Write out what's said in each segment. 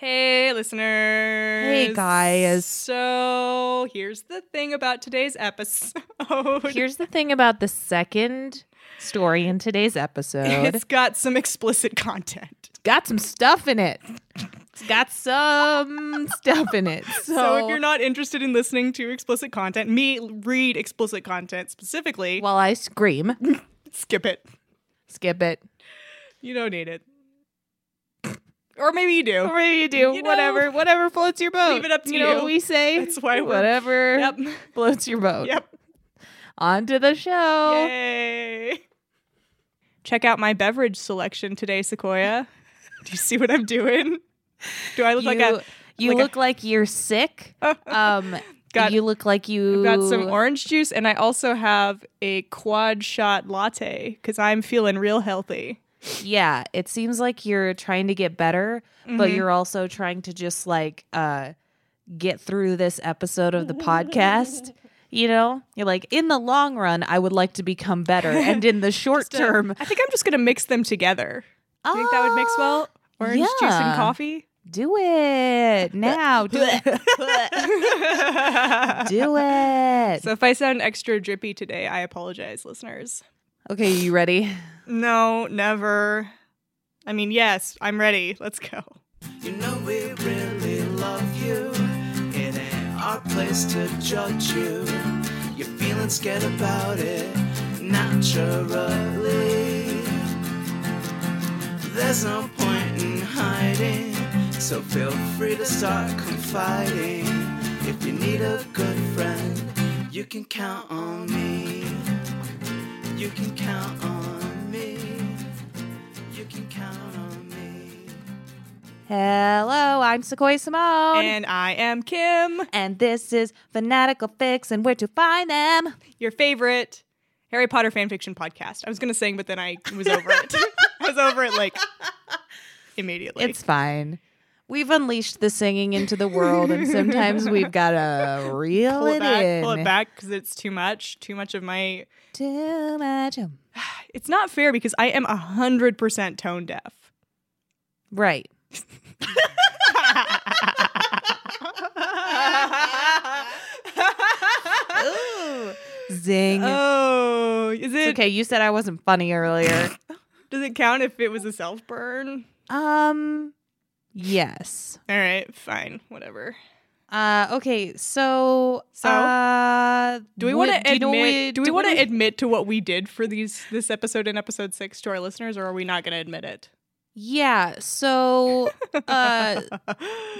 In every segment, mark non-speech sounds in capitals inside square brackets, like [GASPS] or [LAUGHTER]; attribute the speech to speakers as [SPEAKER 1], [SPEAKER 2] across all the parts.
[SPEAKER 1] Hey, listeners.
[SPEAKER 2] Hey, guys.
[SPEAKER 1] So, here's the thing about today's episode.
[SPEAKER 2] Here's the thing about the second story in today's episode.
[SPEAKER 1] [LAUGHS] it's got some explicit content.
[SPEAKER 2] It's got some stuff in it. It's got some stuff in it. [LAUGHS] So,
[SPEAKER 1] So, if you're not interested in listening to explicit content, me read explicit content specifically,
[SPEAKER 2] while I scream,
[SPEAKER 1] skip it.
[SPEAKER 2] skip it.
[SPEAKER 1] You don't need it. [LAUGHS] Or maybe you do.
[SPEAKER 2] Whatever you do,
[SPEAKER 1] You know,
[SPEAKER 2] whatever, whatever floats your boat.
[SPEAKER 1] leave it up to
[SPEAKER 2] you. know
[SPEAKER 1] you.
[SPEAKER 2] what we say?
[SPEAKER 1] That's why we're-
[SPEAKER 2] whatever [LAUGHS]
[SPEAKER 1] Yep.
[SPEAKER 2] floats your boat.
[SPEAKER 1] Yep.
[SPEAKER 2] On to the show.
[SPEAKER 1] Yay. Check out my beverage selection today, Sequoia. do you see what I'm doing? Do I look
[SPEAKER 2] You,
[SPEAKER 1] like a
[SPEAKER 2] you
[SPEAKER 1] like a-
[SPEAKER 2] look like you're sick.
[SPEAKER 1] [LAUGHS]
[SPEAKER 2] Um,
[SPEAKER 1] Got-
[SPEAKER 2] you look like you
[SPEAKER 1] I've got some orange juice, and I also have a quad shot latte because I'm feeling real healthy.
[SPEAKER 2] Yeah, it seems like you're trying to get better, but
[SPEAKER 1] Mhm.
[SPEAKER 2] you're also trying to just like uh get through this episode of the podcast.
[SPEAKER 1] [LAUGHS]
[SPEAKER 2] You know, you're like, in the long run, I would like to become better, and
[SPEAKER 1] [LAUGHS]
[SPEAKER 2] in the short
[SPEAKER 1] Just, uh,
[SPEAKER 2] term,
[SPEAKER 1] I think I'm just gonna mix them together. Do you think that would mix well? Orange juice and
[SPEAKER 2] yeah.
[SPEAKER 1] coffee. [LAUGHS]
[SPEAKER 2] do it now. Do it. do it.
[SPEAKER 1] so if I sound extra drippy today, I apologize, listeners.
[SPEAKER 2] okay, you ready?
[SPEAKER 1] No, never. I mean, yes, I'm ready. Let's go.
[SPEAKER 3] You know we really love you. It ain't our place to judge you. You're feeling scared about it naturally. There's no point in hiding, so feel free to start confiding. If you need a good friend, you can count on me. You can count on me. You can count on me.
[SPEAKER 2] Hello, I'm Sequoia Simone.
[SPEAKER 1] And I am Kim,
[SPEAKER 2] and this is Fanatical Fix and Where to Find Them.
[SPEAKER 1] your favorite Harry Potter fanfiction podcast. I was gonna sing, but then I was over
[SPEAKER 2] [LAUGHS]
[SPEAKER 1] it. [LAUGHS] I was over it like immediately.
[SPEAKER 2] It's fine. We've unleashed the singing into the world, and sometimes
[SPEAKER 1] [LAUGHS]
[SPEAKER 2] we've got to reel
[SPEAKER 1] pull
[SPEAKER 2] it,
[SPEAKER 1] it back,
[SPEAKER 2] in.
[SPEAKER 1] pull it back because it's too much. Too much of my.
[SPEAKER 2] Too much.
[SPEAKER 1] It's not fair because I am hundred percent tone deaf.
[SPEAKER 2] Right. Zing.
[SPEAKER 1] [LAUGHS] oh, is
[SPEAKER 2] It's
[SPEAKER 1] it?
[SPEAKER 2] okay, you said I wasn't
[SPEAKER 1] [COUGHS]
[SPEAKER 2] funny earlier.
[SPEAKER 1] Does it count if it was a self burn?
[SPEAKER 2] um, yes.
[SPEAKER 1] All right, fine, whatever.
[SPEAKER 2] Uh, okay, so
[SPEAKER 1] So?
[SPEAKER 2] uh,
[SPEAKER 1] Do we
[SPEAKER 2] would-
[SPEAKER 1] want to
[SPEAKER 2] you
[SPEAKER 1] admit?
[SPEAKER 2] know
[SPEAKER 1] Do, we want
[SPEAKER 2] what
[SPEAKER 1] to admit to what we did for these this episode and episode six to our listeners, or are we not going to admit it?
[SPEAKER 2] Yeah.
[SPEAKER 1] [LAUGHS]
[SPEAKER 2] So, uh,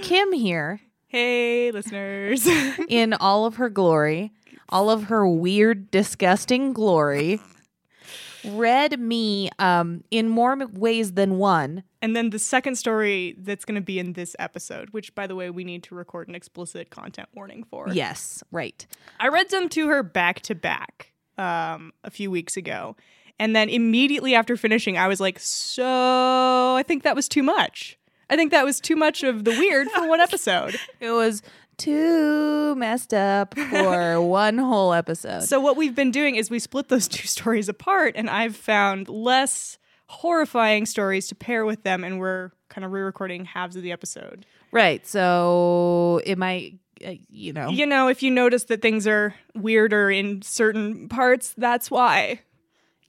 [SPEAKER 2] Kim here
[SPEAKER 1] hey, listeners. [LAUGHS]
[SPEAKER 2] in all of her glory, all of her weird, disgusting glory, read me um, in more ways than one.
[SPEAKER 1] and then the second story that's going to be in this episode, which, by the way, we need to record an explicit content warning for.
[SPEAKER 2] Yes, right.
[SPEAKER 1] I read them to her back to back um, a few weeks ago. And then immediately after finishing, I was like, so I think that was too much. I think that was too much of the weird for one episode.
[SPEAKER 2] It was too messed up
[SPEAKER 1] [LAUGHS]
[SPEAKER 2] for one whole episode.
[SPEAKER 1] So, what we've been doing is we split those [LAUGHS] two stories apart, and I've found less horrifying stories to pair with them, and we're kind of re recording halves of the episode.
[SPEAKER 2] right. So it might, uh, you know.
[SPEAKER 1] You know, if you notice that things are weirder in certain parts, that's why.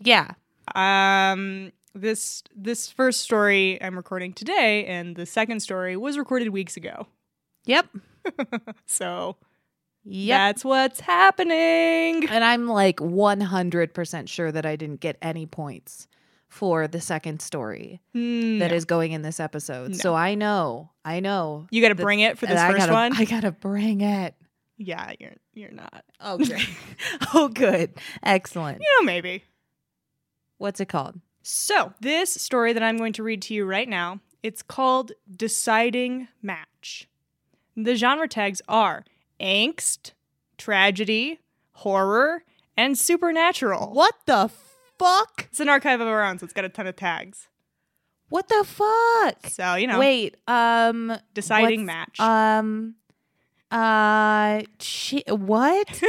[SPEAKER 2] Yeah.
[SPEAKER 1] Um, this this first story I'm recording today, and the second story was recorded weeks ago.
[SPEAKER 2] Yep.
[SPEAKER 1] So
[SPEAKER 2] Yep.
[SPEAKER 1] that's what's happening.
[SPEAKER 2] and I'm like 100% sure that I didn't get any points for the second story
[SPEAKER 1] Hmm.
[SPEAKER 2] that is going in this episode.
[SPEAKER 1] No.
[SPEAKER 2] So I know. I know.
[SPEAKER 1] you got to
[SPEAKER 2] the-
[SPEAKER 1] bring it for this
[SPEAKER 2] I
[SPEAKER 1] 1st
[SPEAKER 2] gotta-
[SPEAKER 1] one.
[SPEAKER 2] [LAUGHS] I gotta bring it.
[SPEAKER 1] yeah, you're you're not.
[SPEAKER 2] Oh, great. [LAUGHS] oh, good. Excellent.
[SPEAKER 1] You know, maybe.
[SPEAKER 2] What's it called?
[SPEAKER 1] So, this story that I'm going to read to you right now, it's called Deciding Match. The genre tags are angst, tragedy, horror, and supernatural.
[SPEAKER 2] What the fuck?
[SPEAKER 1] It's an archive of our own, so it's got a ton of tags.
[SPEAKER 2] What the fuck?
[SPEAKER 1] So, you know,
[SPEAKER 2] Wait. Um.
[SPEAKER 1] deciding match. [LAUGHS]
[SPEAKER 2] what's- Um. Uh. Shit. What?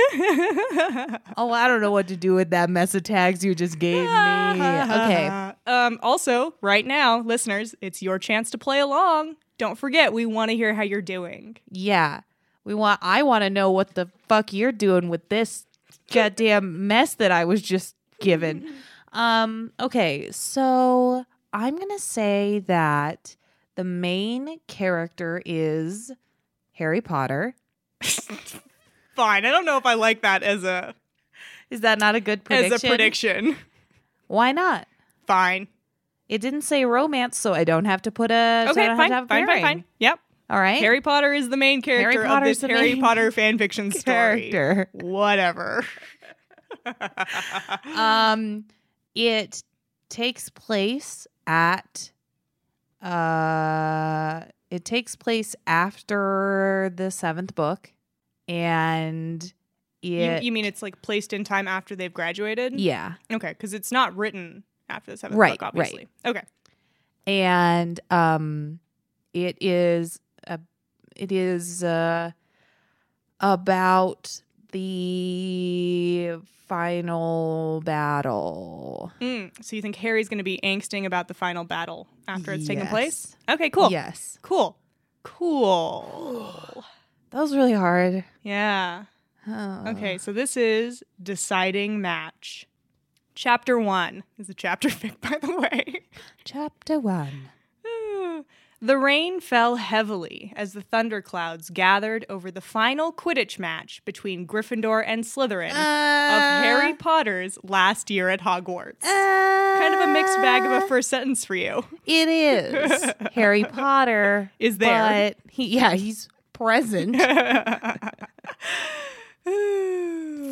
[SPEAKER 2] oh, I don't know what to do with that mess of tags you just gave me.
[SPEAKER 1] [LAUGHS]
[SPEAKER 2] Okay.
[SPEAKER 1] Um, also, right now, listeners, it's your chance to play along. Don't forget, we want to hear how you're doing. [LAUGHS]
[SPEAKER 2] Yeah. We want I want to know what the fuck you're doing with this goddamn mess that I was just
[SPEAKER 1] [LAUGHS]
[SPEAKER 2] given. Um okay, so I'm going to say that the main character is Harry Potter.
[SPEAKER 1] Fine. I don't know if I like that as a
[SPEAKER 2] Is that not a good prediction?
[SPEAKER 1] as a prediction.
[SPEAKER 2] Why not?
[SPEAKER 1] Fine.
[SPEAKER 2] It didn't say romance, so I don't have to put a so I
[SPEAKER 1] Okay,
[SPEAKER 2] don't have
[SPEAKER 1] fine,
[SPEAKER 2] to have a
[SPEAKER 1] fine, fine,
[SPEAKER 2] pairing.
[SPEAKER 1] fine. Yep.
[SPEAKER 2] All right.
[SPEAKER 1] Harry Potter is the main character of
[SPEAKER 2] Potter's
[SPEAKER 1] this
[SPEAKER 2] the
[SPEAKER 1] Harry
[SPEAKER 2] main
[SPEAKER 1] Potter
[SPEAKER 2] [LAUGHS]
[SPEAKER 1] fanfiction story.
[SPEAKER 2] character.
[SPEAKER 1] Whatever.
[SPEAKER 2] [LAUGHS]
[SPEAKER 1] [LAUGHS]
[SPEAKER 2] um it takes place at uh it takes place after the seventh book and
[SPEAKER 1] you,
[SPEAKER 2] it
[SPEAKER 1] you mean it's like placed in time after they've graduated?
[SPEAKER 2] yeah
[SPEAKER 1] Okay, because it's not written after the seventh
[SPEAKER 2] Right,
[SPEAKER 1] book, obviously. Okay.
[SPEAKER 2] and um it is a it is uh about the final battle
[SPEAKER 1] Mm, so you think Harry's going to be angsting about the final battle after it's taken place?
[SPEAKER 2] Yes.
[SPEAKER 1] Okay, cool.
[SPEAKER 2] yes
[SPEAKER 1] Cool.
[SPEAKER 2] [GASPS]
[SPEAKER 1] Cool.
[SPEAKER 2] that was really hard
[SPEAKER 1] Yeah.
[SPEAKER 2] Oh.
[SPEAKER 1] Okay, so this is Deciding Match. Chapter one is the chapter [LAUGHS] pick, by the way.
[SPEAKER 2] Chapter one.
[SPEAKER 1] The rain fell heavily as the thunderclouds gathered over the final Quidditch match between Gryffindor and Slytherin of
[SPEAKER 2] Uh.
[SPEAKER 1] Harry Potter's last year at Hogwarts. kind of a mixed bag of a first sentence for you.
[SPEAKER 2] Uh,
[SPEAKER 1] [LAUGHS]
[SPEAKER 2] It is Harry Potter
[SPEAKER 1] Is there.
[SPEAKER 2] But he, yeah, he's
[SPEAKER 1] [LAUGHS]
[SPEAKER 2] present.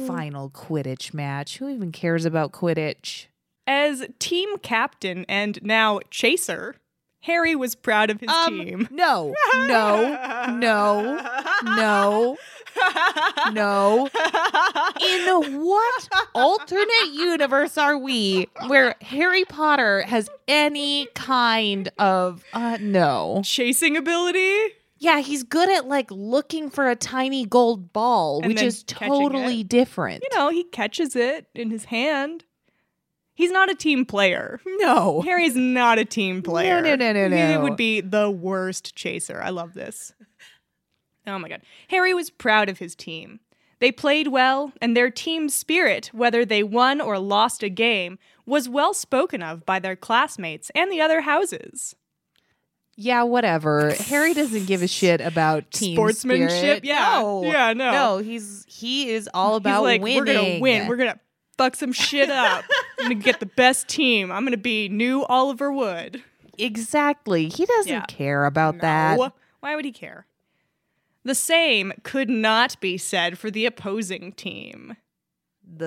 [SPEAKER 2] Final Quidditch match. Who even cares about Quidditch?
[SPEAKER 1] As team captain and now chaser, Harry was proud of his team.
[SPEAKER 2] Um, No, no, no, no, no. In what alternate universe are we where Harry Potter has any kind of uh no?
[SPEAKER 1] [LAUGHS] Chasing ability?
[SPEAKER 2] Yeah, he's good at like looking for a tiny gold ball,
[SPEAKER 1] And
[SPEAKER 2] which
[SPEAKER 1] then
[SPEAKER 2] is
[SPEAKER 1] catching
[SPEAKER 2] totally different.
[SPEAKER 1] You know, he catches it in his hand. He's not a team
[SPEAKER 2] [LAUGHS]
[SPEAKER 1] player.
[SPEAKER 2] no.
[SPEAKER 1] Harry's not a team player.
[SPEAKER 2] no, no, no,
[SPEAKER 1] He
[SPEAKER 2] no.
[SPEAKER 1] would be the worst chaser. I love this. Oh my God. Harry was proud of his team. They played well, and their team spirit, whether they won or lost a game, was well spoken of by their classmates and the other houses. [LAUGHS]
[SPEAKER 2] Yeah, whatever. Harry doesn't give a shit about team
[SPEAKER 1] Sportsmanship?
[SPEAKER 2] spirit.
[SPEAKER 1] Yeah.
[SPEAKER 2] No.
[SPEAKER 1] Yeah, no.
[SPEAKER 2] No, he's he is all
[SPEAKER 1] He's
[SPEAKER 2] about
[SPEAKER 1] like,
[SPEAKER 2] winning.
[SPEAKER 1] we're going to win. We're going to fuck some
[SPEAKER 2] [LAUGHS]
[SPEAKER 1] shit up. I'm going to get the best team. I'm going to be new Oliver Wood.
[SPEAKER 2] exactly. He doesn't
[SPEAKER 1] Yeah.
[SPEAKER 2] care about that.
[SPEAKER 1] No. Why would he care? The same could not be said for the opposing team,
[SPEAKER 2] The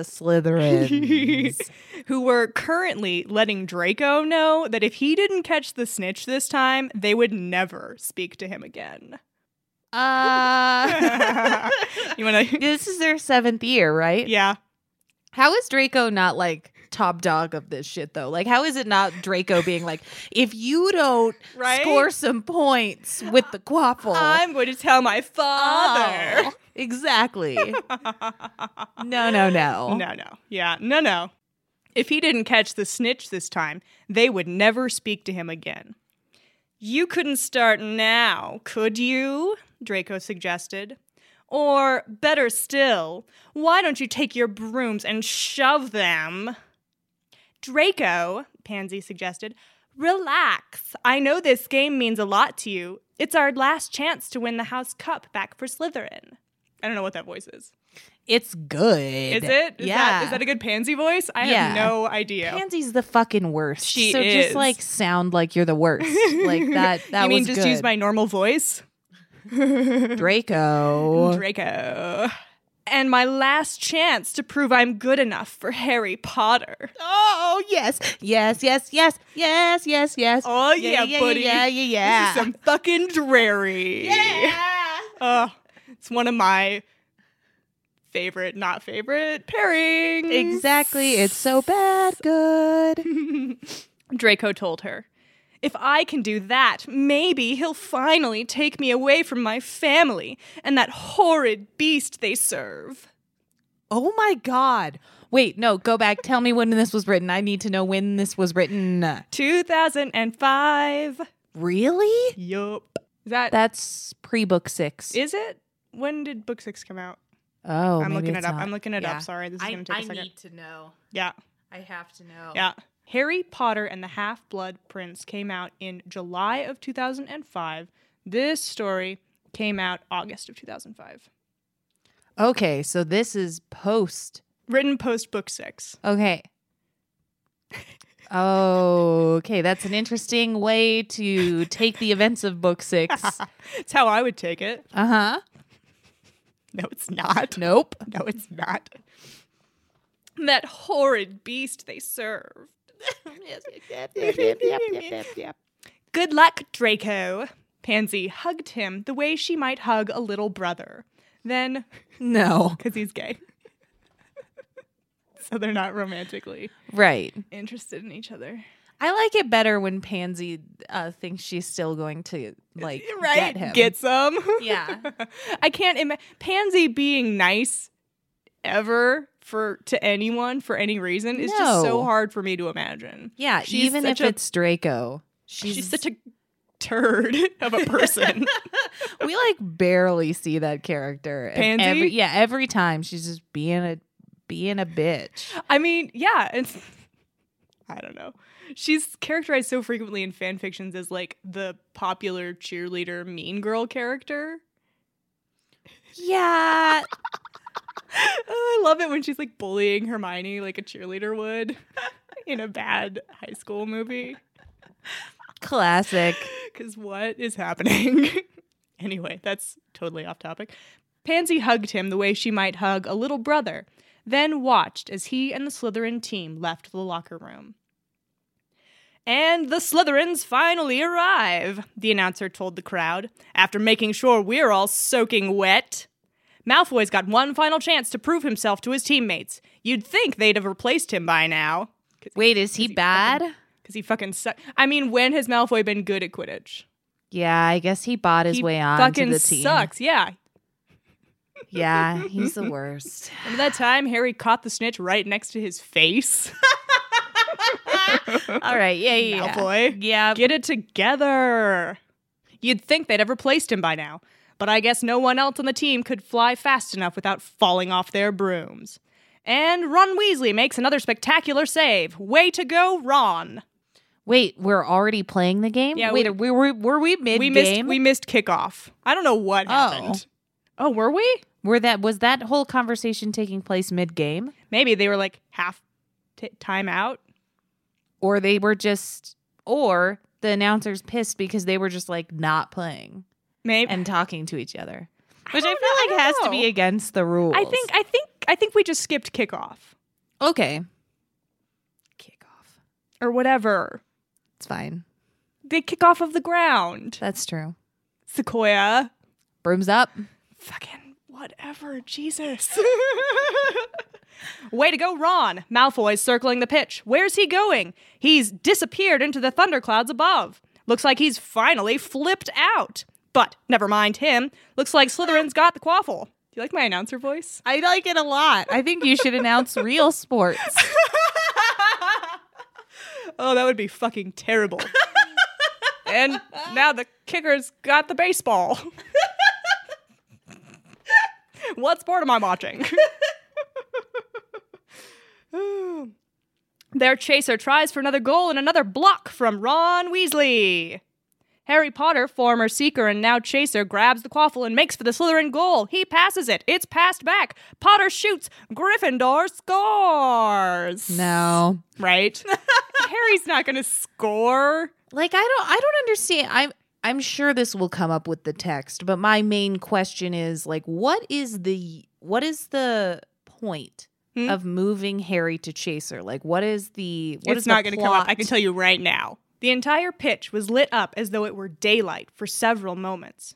[SPEAKER 1] [LAUGHS]
[SPEAKER 2] Slytherins.
[SPEAKER 1] who were currently letting Draco know that if he didn't catch the snitch this time, they would never speak to him
[SPEAKER 2] [LAUGHS]
[SPEAKER 1] again.
[SPEAKER 2] uh [LAUGHS]
[SPEAKER 1] you want to?
[SPEAKER 2] This is their seventh year, right?
[SPEAKER 1] Yeah.
[SPEAKER 2] How is Draco not like top dog of this shit though? Like, how is it not Draco being like, if you don't
[SPEAKER 1] Right?
[SPEAKER 2] score some points with the quaffle,
[SPEAKER 1] [LAUGHS] I'm going to tell my father.
[SPEAKER 2] Oh,
[SPEAKER 1] [LAUGHS]
[SPEAKER 2] exactly. Oh. no, no, no,
[SPEAKER 1] No, no. Yeah, no, no. If he didn't catch the snitch this time, they would never speak to him again. You couldn't start now, could you? Draco suggested. Or, better still, why don't you take your brooms and shove them? Draco, Pansy suggested, relax. I know this game means a lot to you. It's our last chance to win the House Cup back for Slytherin. I don't know what that voice is.
[SPEAKER 2] It's
[SPEAKER 1] Is
[SPEAKER 2] good.
[SPEAKER 1] it? Is
[SPEAKER 2] yeah.
[SPEAKER 1] That, is that a good pansy voice? I
[SPEAKER 2] Yeah.
[SPEAKER 1] have no idea.
[SPEAKER 2] Pansy's the fucking worst.
[SPEAKER 1] She
[SPEAKER 2] so
[SPEAKER 1] is.
[SPEAKER 2] just like sound like you're the worst.
[SPEAKER 1] [LAUGHS]
[SPEAKER 2] Like that. That
[SPEAKER 1] you mean
[SPEAKER 2] was
[SPEAKER 1] just
[SPEAKER 2] good.
[SPEAKER 1] use my normal voice?
[SPEAKER 2] Draco.
[SPEAKER 1] Draco. And my last chance to prove I'm good enough for Harry Potter.
[SPEAKER 2] oh yes, yes, yes, yes, yes, yes, yes.
[SPEAKER 1] Oh, yeah,
[SPEAKER 2] yeah, yeah,
[SPEAKER 1] buddy.
[SPEAKER 2] Yeah, yeah, yeah.
[SPEAKER 1] This is some fucking dreary. [LAUGHS]
[SPEAKER 2] yeah.
[SPEAKER 1] Ugh. it's one of my favorite, not favorite pairings.
[SPEAKER 2] Exactly. It's so bad good.
[SPEAKER 1] Draco told her. If I can do that, maybe he'll finally take me away from my family and that horrid beast they serve.
[SPEAKER 2] [LAUGHS] Oh my God. Wait, no, go back. Tell me when this was written. I need to know when this was written.
[SPEAKER 1] 2005.
[SPEAKER 2] Really?
[SPEAKER 1] Yup. Is that,
[SPEAKER 2] That's pre book six.
[SPEAKER 1] is it? When did book six come out?
[SPEAKER 2] oh,
[SPEAKER 1] I'm
[SPEAKER 2] maybe
[SPEAKER 1] looking it
[SPEAKER 2] it's
[SPEAKER 1] up.
[SPEAKER 2] not.
[SPEAKER 1] I'm looking it
[SPEAKER 2] yeah.
[SPEAKER 1] up. Sorry, this is
[SPEAKER 4] I,
[SPEAKER 1] gonna take a
[SPEAKER 4] I
[SPEAKER 1] second.
[SPEAKER 4] need to know.
[SPEAKER 1] yeah,
[SPEAKER 4] I have to know.
[SPEAKER 1] yeah. Harry Potter and the Half Blood Prince came out in July of 2005. This story came out August of 2005.
[SPEAKER 2] Okay, so this is post.
[SPEAKER 1] Written post book six.
[SPEAKER 2] Okay. okay, that's an interesting way to take the events of book
[SPEAKER 1] [LAUGHS]
[SPEAKER 2] six.
[SPEAKER 1] That's how I would take it.
[SPEAKER 2] Uh huh.
[SPEAKER 1] [LAUGHS] No, it's not.
[SPEAKER 2] Nope.
[SPEAKER 1] [LAUGHS] No, it's not. That horrid beast they
[SPEAKER 2] [LAUGHS]
[SPEAKER 1] served. Good luck, Draco. Pansy hugged him the way she might hug a little brother. Then,
[SPEAKER 2] [LAUGHS] No.
[SPEAKER 1] [LAUGHS] because he's gay. so they're not romantically
[SPEAKER 2] Right.
[SPEAKER 1] interested in each other.
[SPEAKER 2] I like it better when Pansy uh, thinks she's still going to like
[SPEAKER 1] [LAUGHS] Right?
[SPEAKER 2] get him.
[SPEAKER 1] Gets [LAUGHS] him.
[SPEAKER 2] Yeah.
[SPEAKER 1] I can't imagine Pansy being nice ever for to anyone for any reason is just so
[SPEAKER 2] No.
[SPEAKER 1] hard for me to imagine.
[SPEAKER 2] yeah,
[SPEAKER 1] She's
[SPEAKER 2] even if
[SPEAKER 1] such a-
[SPEAKER 2] it's Draco.
[SPEAKER 1] She's, such a turd [LAUGHS] of a
[SPEAKER 2] [LAUGHS]
[SPEAKER 1] person.
[SPEAKER 2] we like barely see that character. And
[SPEAKER 1] Pansy?
[SPEAKER 2] Every, yeah, every time she's just being a being
[SPEAKER 1] [GASPS]
[SPEAKER 2] a bitch.
[SPEAKER 1] I mean, yeah, it's I don't know. She's characterized so frequently in fan fictions as like the popular cheerleader mean girl character. [LAUGHS]
[SPEAKER 2] Yeah.
[SPEAKER 1] Oh, I love it when she's like bullying Hermione like a cheerleader would [LAUGHS] in a bad high school movie.
[SPEAKER 2] Classic.
[SPEAKER 1] [LAUGHS] Because what is happening? [LAUGHS] anyway, that's totally off topic. Pansy hugged him the way she might hug a little brother, then watched as he and the Slytherin team left the locker room. And the Slytherins finally arrive, the announcer told the crowd, after making sure we're all soaking wet. Malfoy's got one final chance to prove himself to his teammates. You'd think they'd have replaced him by now.
[SPEAKER 2] Wait, is he bad?
[SPEAKER 1] Because he fucking sucks. I mean, when has Malfoy been good at Quidditch?
[SPEAKER 2] Yeah, I guess he bought his
[SPEAKER 1] he
[SPEAKER 2] way on to
[SPEAKER 1] fucking
[SPEAKER 2] the team.
[SPEAKER 1] sucks. Yeah. [LAUGHS]
[SPEAKER 2] Yeah, he's the worst.
[SPEAKER 1] Remember that time Harry caught the snitch right next to his
[SPEAKER 2] [LAUGHS]
[SPEAKER 1] face?
[SPEAKER 2] All right, yeah, yeah, yeah.
[SPEAKER 1] Malfoy. [LAUGHS]
[SPEAKER 2] Yeah,
[SPEAKER 1] Get it together. You'd think they'd have replaced him by now, but I guess no one else on the team could fly fast enough without falling off their brooms. And Ron Weasley makes another spectacular save. Way to go, Ron.
[SPEAKER 2] Wait, we're already playing the game?
[SPEAKER 1] Yeah,
[SPEAKER 2] Wait,
[SPEAKER 1] we-
[SPEAKER 2] are we, were, were we mid
[SPEAKER 1] We missed
[SPEAKER 2] game?
[SPEAKER 1] we missed kickoff. I don't know what
[SPEAKER 2] Oh.
[SPEAKER 1] happened. Oh, were we?
[SPEAKER 2] were that was that whole conversation taking place mid game?
[SPEAKER 1] Maybe they were like half t- time out.
[SPEAKER 2] Or they were just or the announcers pissed because they were just like not playing
[SPEAKER 1] Maybe
[SPEAKER 2] and talking to each other. Which I,
[SPEAKER 1] don't know-
[SPEAKER 2] feel like
[SPEAKER 1] I
[SPEAKER 2] has
[SPEAKER 1] don't
[SPEAKER 2] to be
[SPEAKER 1] know.
[SPEAKER 2] against the rules.
[SPEAKER 1] I think I think I think we just skipped kickoff
[SPEAKER 2] Okay. Kick off.
[SPEAKER 1] or whatever.
[SPEAKER 2] It's fine.
[SPEAKER 1] They kick off of the ground.
[SPEAKER 2] That's true.
[SPEAKER 1] Sequoia.
[SPEAKER 2] Brooms up.
[SPEAKER 1] Fucking whatever. Jesus. [LAUGHS] Way to go, Ron. Malfoy's circling the pitch. Where's he going? He's disappeared into the thunderclouds above. Looks like he's finally flipped out. But never mind him. Looks like Slytherin's got the quaffle. Do you like my announcer voice?
[SPEAKER 2] I like it a lot. I think you should announce real sports.
[SPEAKER 1] Oh, that would be fucking terrible. and now the kicker's got the baseball. what sport am I watching? Their chaser tries for another goal and another block from Ron Weasley. Harry Potter, former seeker and now chaser, grabs the quaffle and makes for the Slytherin goal. He passes it. It's passed back. Potter shoots. Gryffindor scores.
[SPEAKER 2] [LAUGHS] No. [LAUGHS]
[SPEAKER 1] Right? Harry's not going to score.
[SPEAKER 2] Like I don't I don't understand. I'm I'm sure this will come up with the text, but my main question is like what is the what is the point
[SPEAKER 1] Hmm?
[SPEAKER 2] of moving Harry to Chaser? Like what is the what
[SPEAKER 1] it's
[SPEAKER 2] is
[SPEAKER 1] not going
[SPEAKER 2] going to
[SPEAKER 1] to come up. I can tell you right now. The entire pitch was lit up as though it were daylight for several moments.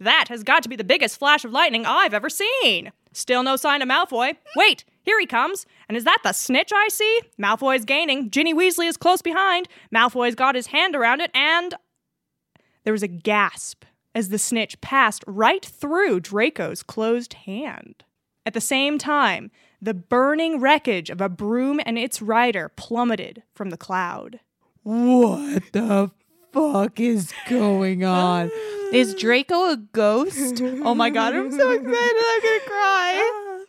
[SPEAKER 1] That has got to be the biggest flash of lightning I've ever seen. Still no sign of Malfoy. Wait, here he comes. And is that the snitch I see? Malfoy's gaining. Ginny Weasley is close behind. Malfoy's got his hand around it, and. There was a gasp as the snitch passed right through Draco's closed hand. At the same time, the burning wreckage of a broom and its rider plummeted from the cloud.
[SPEAKER 2] [GASPS] What the fuck is going on? Is Draco a [LAUGHS] ghost? Oh my god, I'm so excited. I'm gonna cry.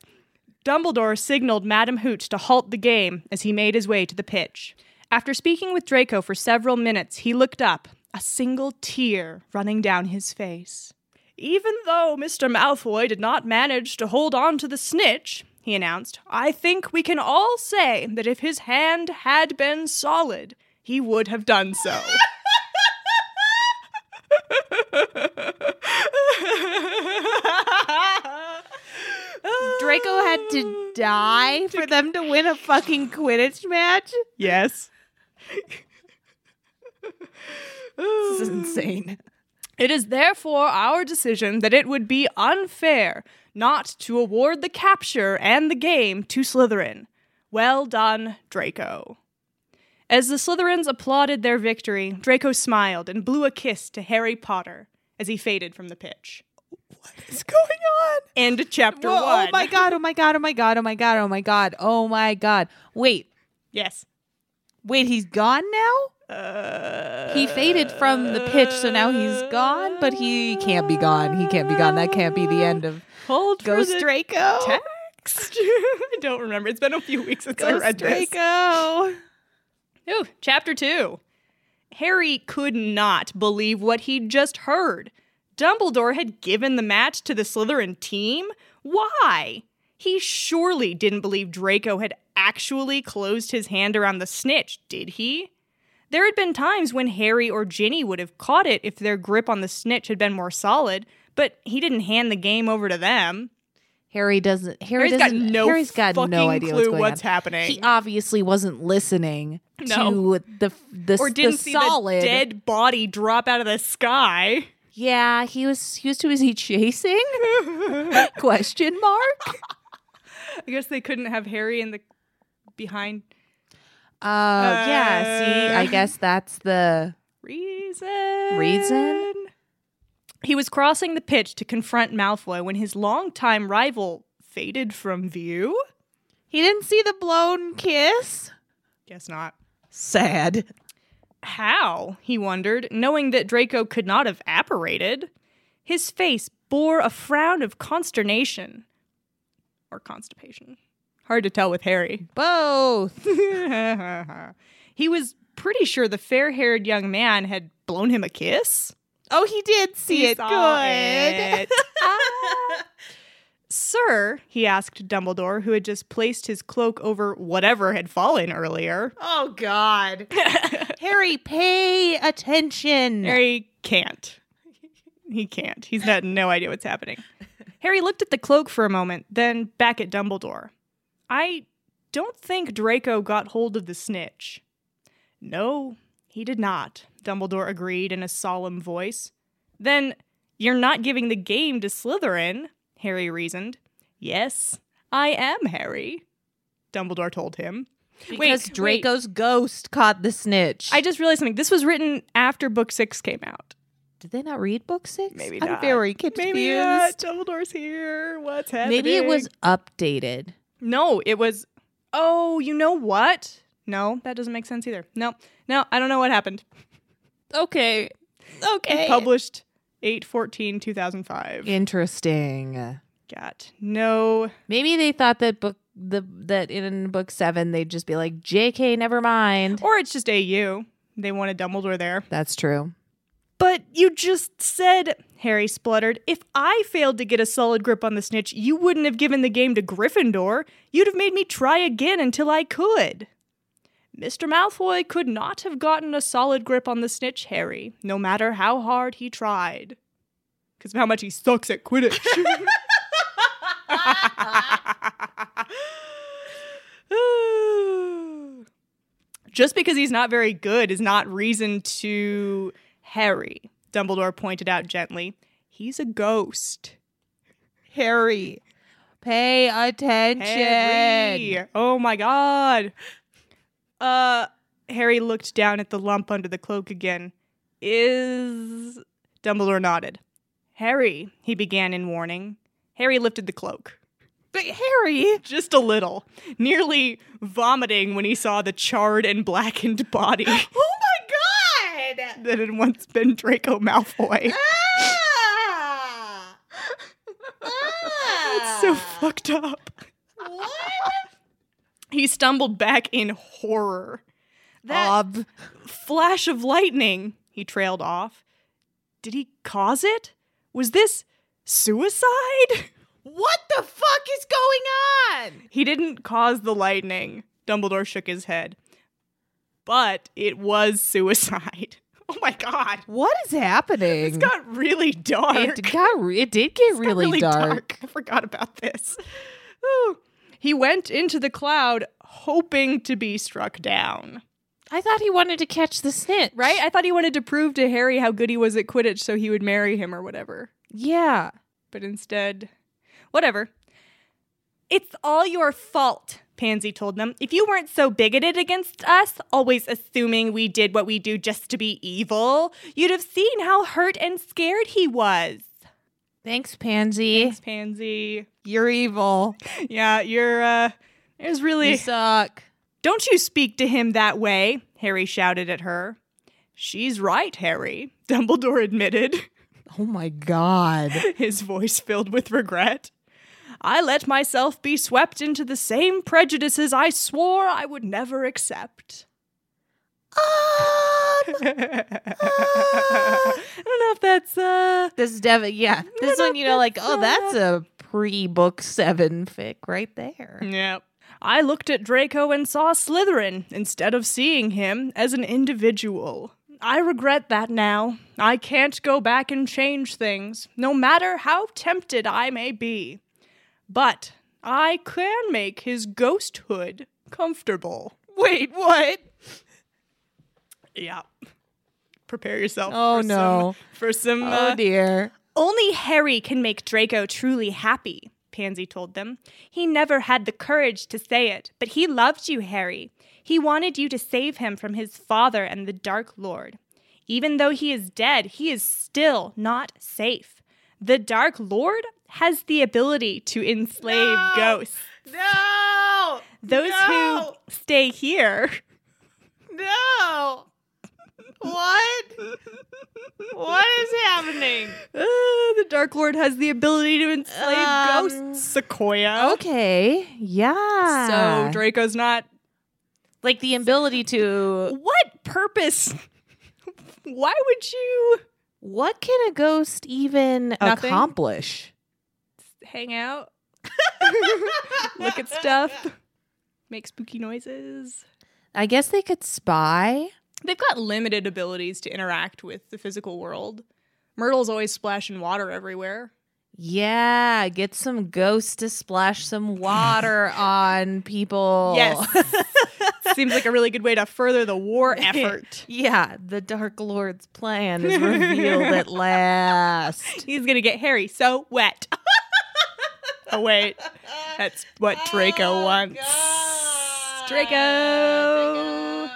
[SPEAKER 1] Dumbledore signaled Madam Hooch to halt the game as he made his way to the pitch. After speaking with Draco for several minutes, he looked up, a single tear running down his face. Even though Mr. Malfoy did not manage to hold on to the snitch, he announced, I think we can all say that if his hand had been solid, he would have done so. [LAUGHS]
[SPEAKER 2] Draco had to die for them to win a fucking Quidditch match.
[SPEAKER 1] yes.
[SPEAKER 2] This is insane.
[SPEAKER 1] It is therefore our decision that it would be unfair not to award the capture and the game to Slytherin. Well done, Draco. As the Slytherins applauded their victory, Draco smiled and blew a kiss to Harry Potter as he faded from the pitch.
[SPEAKER 2] What's going on?
[SPEAKER 1] End of chapter
[SPEAKER 2] Whoa,
[SPEAKER 1] one.
[SPEAKER 2] oh my god! Oh my god! Oh my god! Oh my god! Oh my god! Oh my god! Wait,
[SPEAKER 1] Yes.
[SPEAKER 2] wait. He's gone now. he faded from the pitch, so now he's gone. But he can't be gone. He can't be gone. That can't be the end of
[SPEAKER 1] Hold for
[SPEAKER 2] Ghost
[SPEAKER 1] the
[SPEAKER 2] Draco.
[SPEAKER 1] text. [LAUGHS] I don't remember. It's been a few weeks since I read
[SPEAKER 2] Ghost
[SPEAKER 1] this.
[SPEAKER 2] Draco.
[SPEAKER 1] Ooh, chapter two. Harry could not believe what he'd just heard. Dumbledore had given the match to the Slytherin team? Why? He surely didn't believe Draco had actually closed his hand around the snitch, did he? There had been times when Harry or Ginny would have caught it if their grip on the snitch had been more solid, but he didn't hand the game over to them.
[SPEAKER 2] Harry doesn't. Harry
[SPEAKER 1] Harry's got
[SPEAKER 2] doesn't.
[SPEAKER 1] no
[SPEAKER 2] Harry's got
[SPEAKER 1] fucking
[SPEAKER 2] no idea
[SPEAKER 1] clue
[SPEAKER 2] what's going on.
[SPEAKER 1] happening.
[SPEAKER 2] He obviously wasn't listening
[SPEAKER 1] No.
[SPEAKER 2] to the the,
[SPEAKER 1] or didn't
[SPEAKER 2] the
[SPEAKER 1] see
[SPEAKER 2] solid.
[SPEAKER 1] the dead body drop out of the sky.
[SPEAKER 2] Yeah, he was he was too
[SPEAKER 1] [LAUGHS]
[SPEAKER 2] busy chasing? Question mark.
[SPEAKER 1] I guess they couldn't have Harry in the behind Oh,
[SPEAKER 2] Uh, yeah. See, I guess that's the
[SPEAKER 1] reason.
[SPEAKER 2] Reason?
[SPEAKER 1] He was crossing the pitch to confront Malfoy when his longtime rival faded from view.
[SPEAKER 2] he didn't see the blown kiss.
[SPEAKER 1] Guess not.
[SPEAKER 2] Sad.
[SPEAKER 1] How? He wondered, knowing that Draco could not have apparated. His face bore a frown of consternation. Or constipation. Hard to tell with Harry. [LAUGHS]
[SPEAKER 2] Both.
[SPEAKER 1] he was pretty sure the fair haired young man had blown him a kiss.
[SPEAKER 2] Oh, he did see
[SPEAKER 1] He
[SPEAKER 2] it.
[SPEAKER 1] saw
[SPEAKER 2] Good. [LAUGHS] Ah.
[SPEAKER 1] it. [LAUGHS] Sir, he asked Dumbledore, who had just placed his cloak over whatever had fallen [LAUGHS] earlier.
[SPEAKER 2] Oh God. Harry, pay attention.
[SPEAKER 1] Harry can't. [LAUGHS] He can't. He's got no idea what's happening. Harry looked at the cloak for a moment, then back at Dumbledore. I don't think Draco got hold of the snitch. No, he did not, Dumbledore agreed in a solemn voice. Then you're not giving the game to Slytherin, Harry reasoned. Yes, I am Harry, Dumbledore told him.
[SPEAKER 2] because
[SPEAKER 1] wait.
[SPEAKER 2] Draco's ghost caught the snitch.
[SPEAKER 1] I just realized something. This was written after book six came out.
[SPEAKER 2] did they not read book six?
[SPEAKER 1] Maybe
[SPEAKER 2] I'm
[SPEAKER 1] not.
[SPEAKER 2] very confused.
[SPEAKER 1] Maybe not. Dumbledore's here. What's happening?
[SPEAKER 2] Maybe it was updated.
[SPEAKER 1] No, it was. Oh, you know what? No, that doesn't make sense either. No, no, I don't know what happened.
[SPEAKER 2] Okay. Okay.
[SPEAKER 1] Published 8 14 2005.
[SPEAKER 2] Interesting.
[SPEAKER 1] Got no.
[SPEAKER 2] Maybe they thought that book the that in book seven they'd just be like, JK, never mind.
[SPEAKER 1] Or it's just AU. They wanted Dumbledore there.
[SPEAKER 2] That's true.
[SPEAKER 1] But you just said, Harry spluttered, if I failed to get a solid grip on the snitch, you wouldn't have given the game to Gryffindor. You'd have made me try again until I could. Mr. Malfoy could not have gotten a solid grip on the snitch, Harry, no matter how hard he tried. Because of how much he sucks at Quidditch. [LAUGHS] Just because he's not very good is not reason to Harry, Dumbledore pointed out gently. He's a ghost.
[SPEAKER 2] Harry. Pay attention.
[SPEAKER 1] Harry. Oh my god. Uh Harry looked down at the lump under the cloak again. Is Dumbledore nodded. Harry, he began in warning. Harry lifted the cloak.
[SPEAKER 2] But Harry.
[SPEAKER 1] Just a little, nearly vomiting when he saw the charred and blackened body
[SPEAKER 2] [LAUGHS] Oh my
[SPEAKER 1] [LAUGHS]
[SPEAKER 2] god. [LAUGHS]
[SPEAKER 1] that had once been Draco Malfoy. so fucked up.
[SPEAKER 2] What?
[SPEAKER 1] He stumbled back in horror. That
[SPEAKER 2] Ob.
[SPEAKER 1] flash of lightning, he trailed off. Did he cause it? Was this suicide?
[SPEAKER 2] What the fuck is going on?
[SPEAKER 1] He didn't cause the lightning. Dumbledore shook his head. But it was suicide. [LAUGHS] Oh my god.
[SPEAKER 2] What is happening?
[SPEAKER 1] This got really dark.
[SPEAKER 2] It got re- it did get
[SPEAKER 1] Got
[SPEAKER 2] really, dark.
[SPEAKER 1] I forgot about this. Ooh. He went into the cloud hoping to be struck down.
[SPEAKER 2] I thought he wanted to catch the snitch,
[SPEAKER 1] Right? I thought he wanted to prove to Harry how good he was at Quidditch so he would marry him or whatever.
[SPEAKER 2] Yeah.
[SPEAKER 1] but instead, whatever. It's all your fault, Pansy told them. If you weren't so bigoted against us, always assuming we did what we do just to be evil, you'd have seen how hurt and scared he was.
[SPEAKER 2] Thanks, Pansy.
[SPEAKER 1] Thanks, Pansy.
[SPEAKER 2] You're evil.
[SPEAKER 1] Yeah, you're, uh, it was really.
[SPEAKER 2] You suck.
[SPEAKER 1] Don't you speak to him that way, Harry shouted at her. She's right, Harry, Dumbledore admitted. [LAUGHS]
[SPEAKER 2] Oh my god.
[SPEAKER 1] his voice filled with regret. I let myself be swept into the same prejudices I swore I would never accept. [LAUGHS]
[SPEAKER 2] Ah!
[SPEAKER 1] I don't know if that's uh
[SPEAKER 2] This is Devin. Yeah. This one, you know, like, oh, that's a pre book seven fic right [LAUGHS] there.
[SPEAKER 1] Yep. I looked at Draco and saw Slytherin instead of seeing him as an individual. I regret that now. I can't go back and change things, no matter how tempted I may be. But I can make his ghosthood comfortable.
[SPEAKER 2] Wait, what?
[SPEAKER 1] Yeah. Prepare yourself.
[SPEAKER 2] Oh,
[SPEAKER 1] for
[SPEAKER 2] no.
[SPEAKER 1] Some, for some.
[SPEAKER 2] Oh
[SPEAKER 1] uh,
[SPEAKER 2] dear.
[SPEAKER 1] only Harry can make Draco truly happy, Pansy told them. He never had the courage to say it, but he loved you, Harry. He wanted you to save him from his father and the Dark Lord. Even though he is dead, he is still not safe. The Dark Lord has the ability to enslave
[SPEAKER 2] No!
[SPEAKER 1] ghosts.
[SPEAKER 2] No.
[SPEAKER 1] Those
[SPEAKER 2] No!
[SPEAKER 1] who stay here.
[SPEAKER 2] No. What? What is happening?
[SPEAKER 1] [LAUGHS] Ah, the Dark Lord has the ability to enslave
[SPEAKER 2] Um,
[SPEAKER 1] ghosts. Sequoia.
[SPEAKER 2] Okay. Oh, Yeah.
[SPEAKER 1] So Draco's not.
[SPEAKER 2] like the ability to
[SPEAKER 1] What purpose? [LAUGHS] Why would you
[SPEAKER 2] what can a ghost even
[SPEAKER 1] Nothing.
[SPEAKER 2] accomplish?
[SPEAKER 1] hang out, [LAUGHS] look at stuff, make spooky noises?
[SPEAKER 2] I guess they could spy.
[SPEAKER 1] They've got limited abilities to interact with the physical world. Myrtle's always splashing water everywhere.
[SPEAKER 2] Yeah, get some ghosts to splash some [LAUGHS] water on people.
[SPEAKER 1] Yes. Seems like a really good way to further the war effort.
[SPEAKER 2] [LAUGHS] yeah, the Dark Lord's plan is revealed at [LAUGHS] last.
[SPEAKER 1] [LAUGHS] He's gonna get Harry so wet. [LAUGHS] oh wait, that's what
[SPEAKER 2] Oh,
[SPEAKER 1] Draco wants. Draco.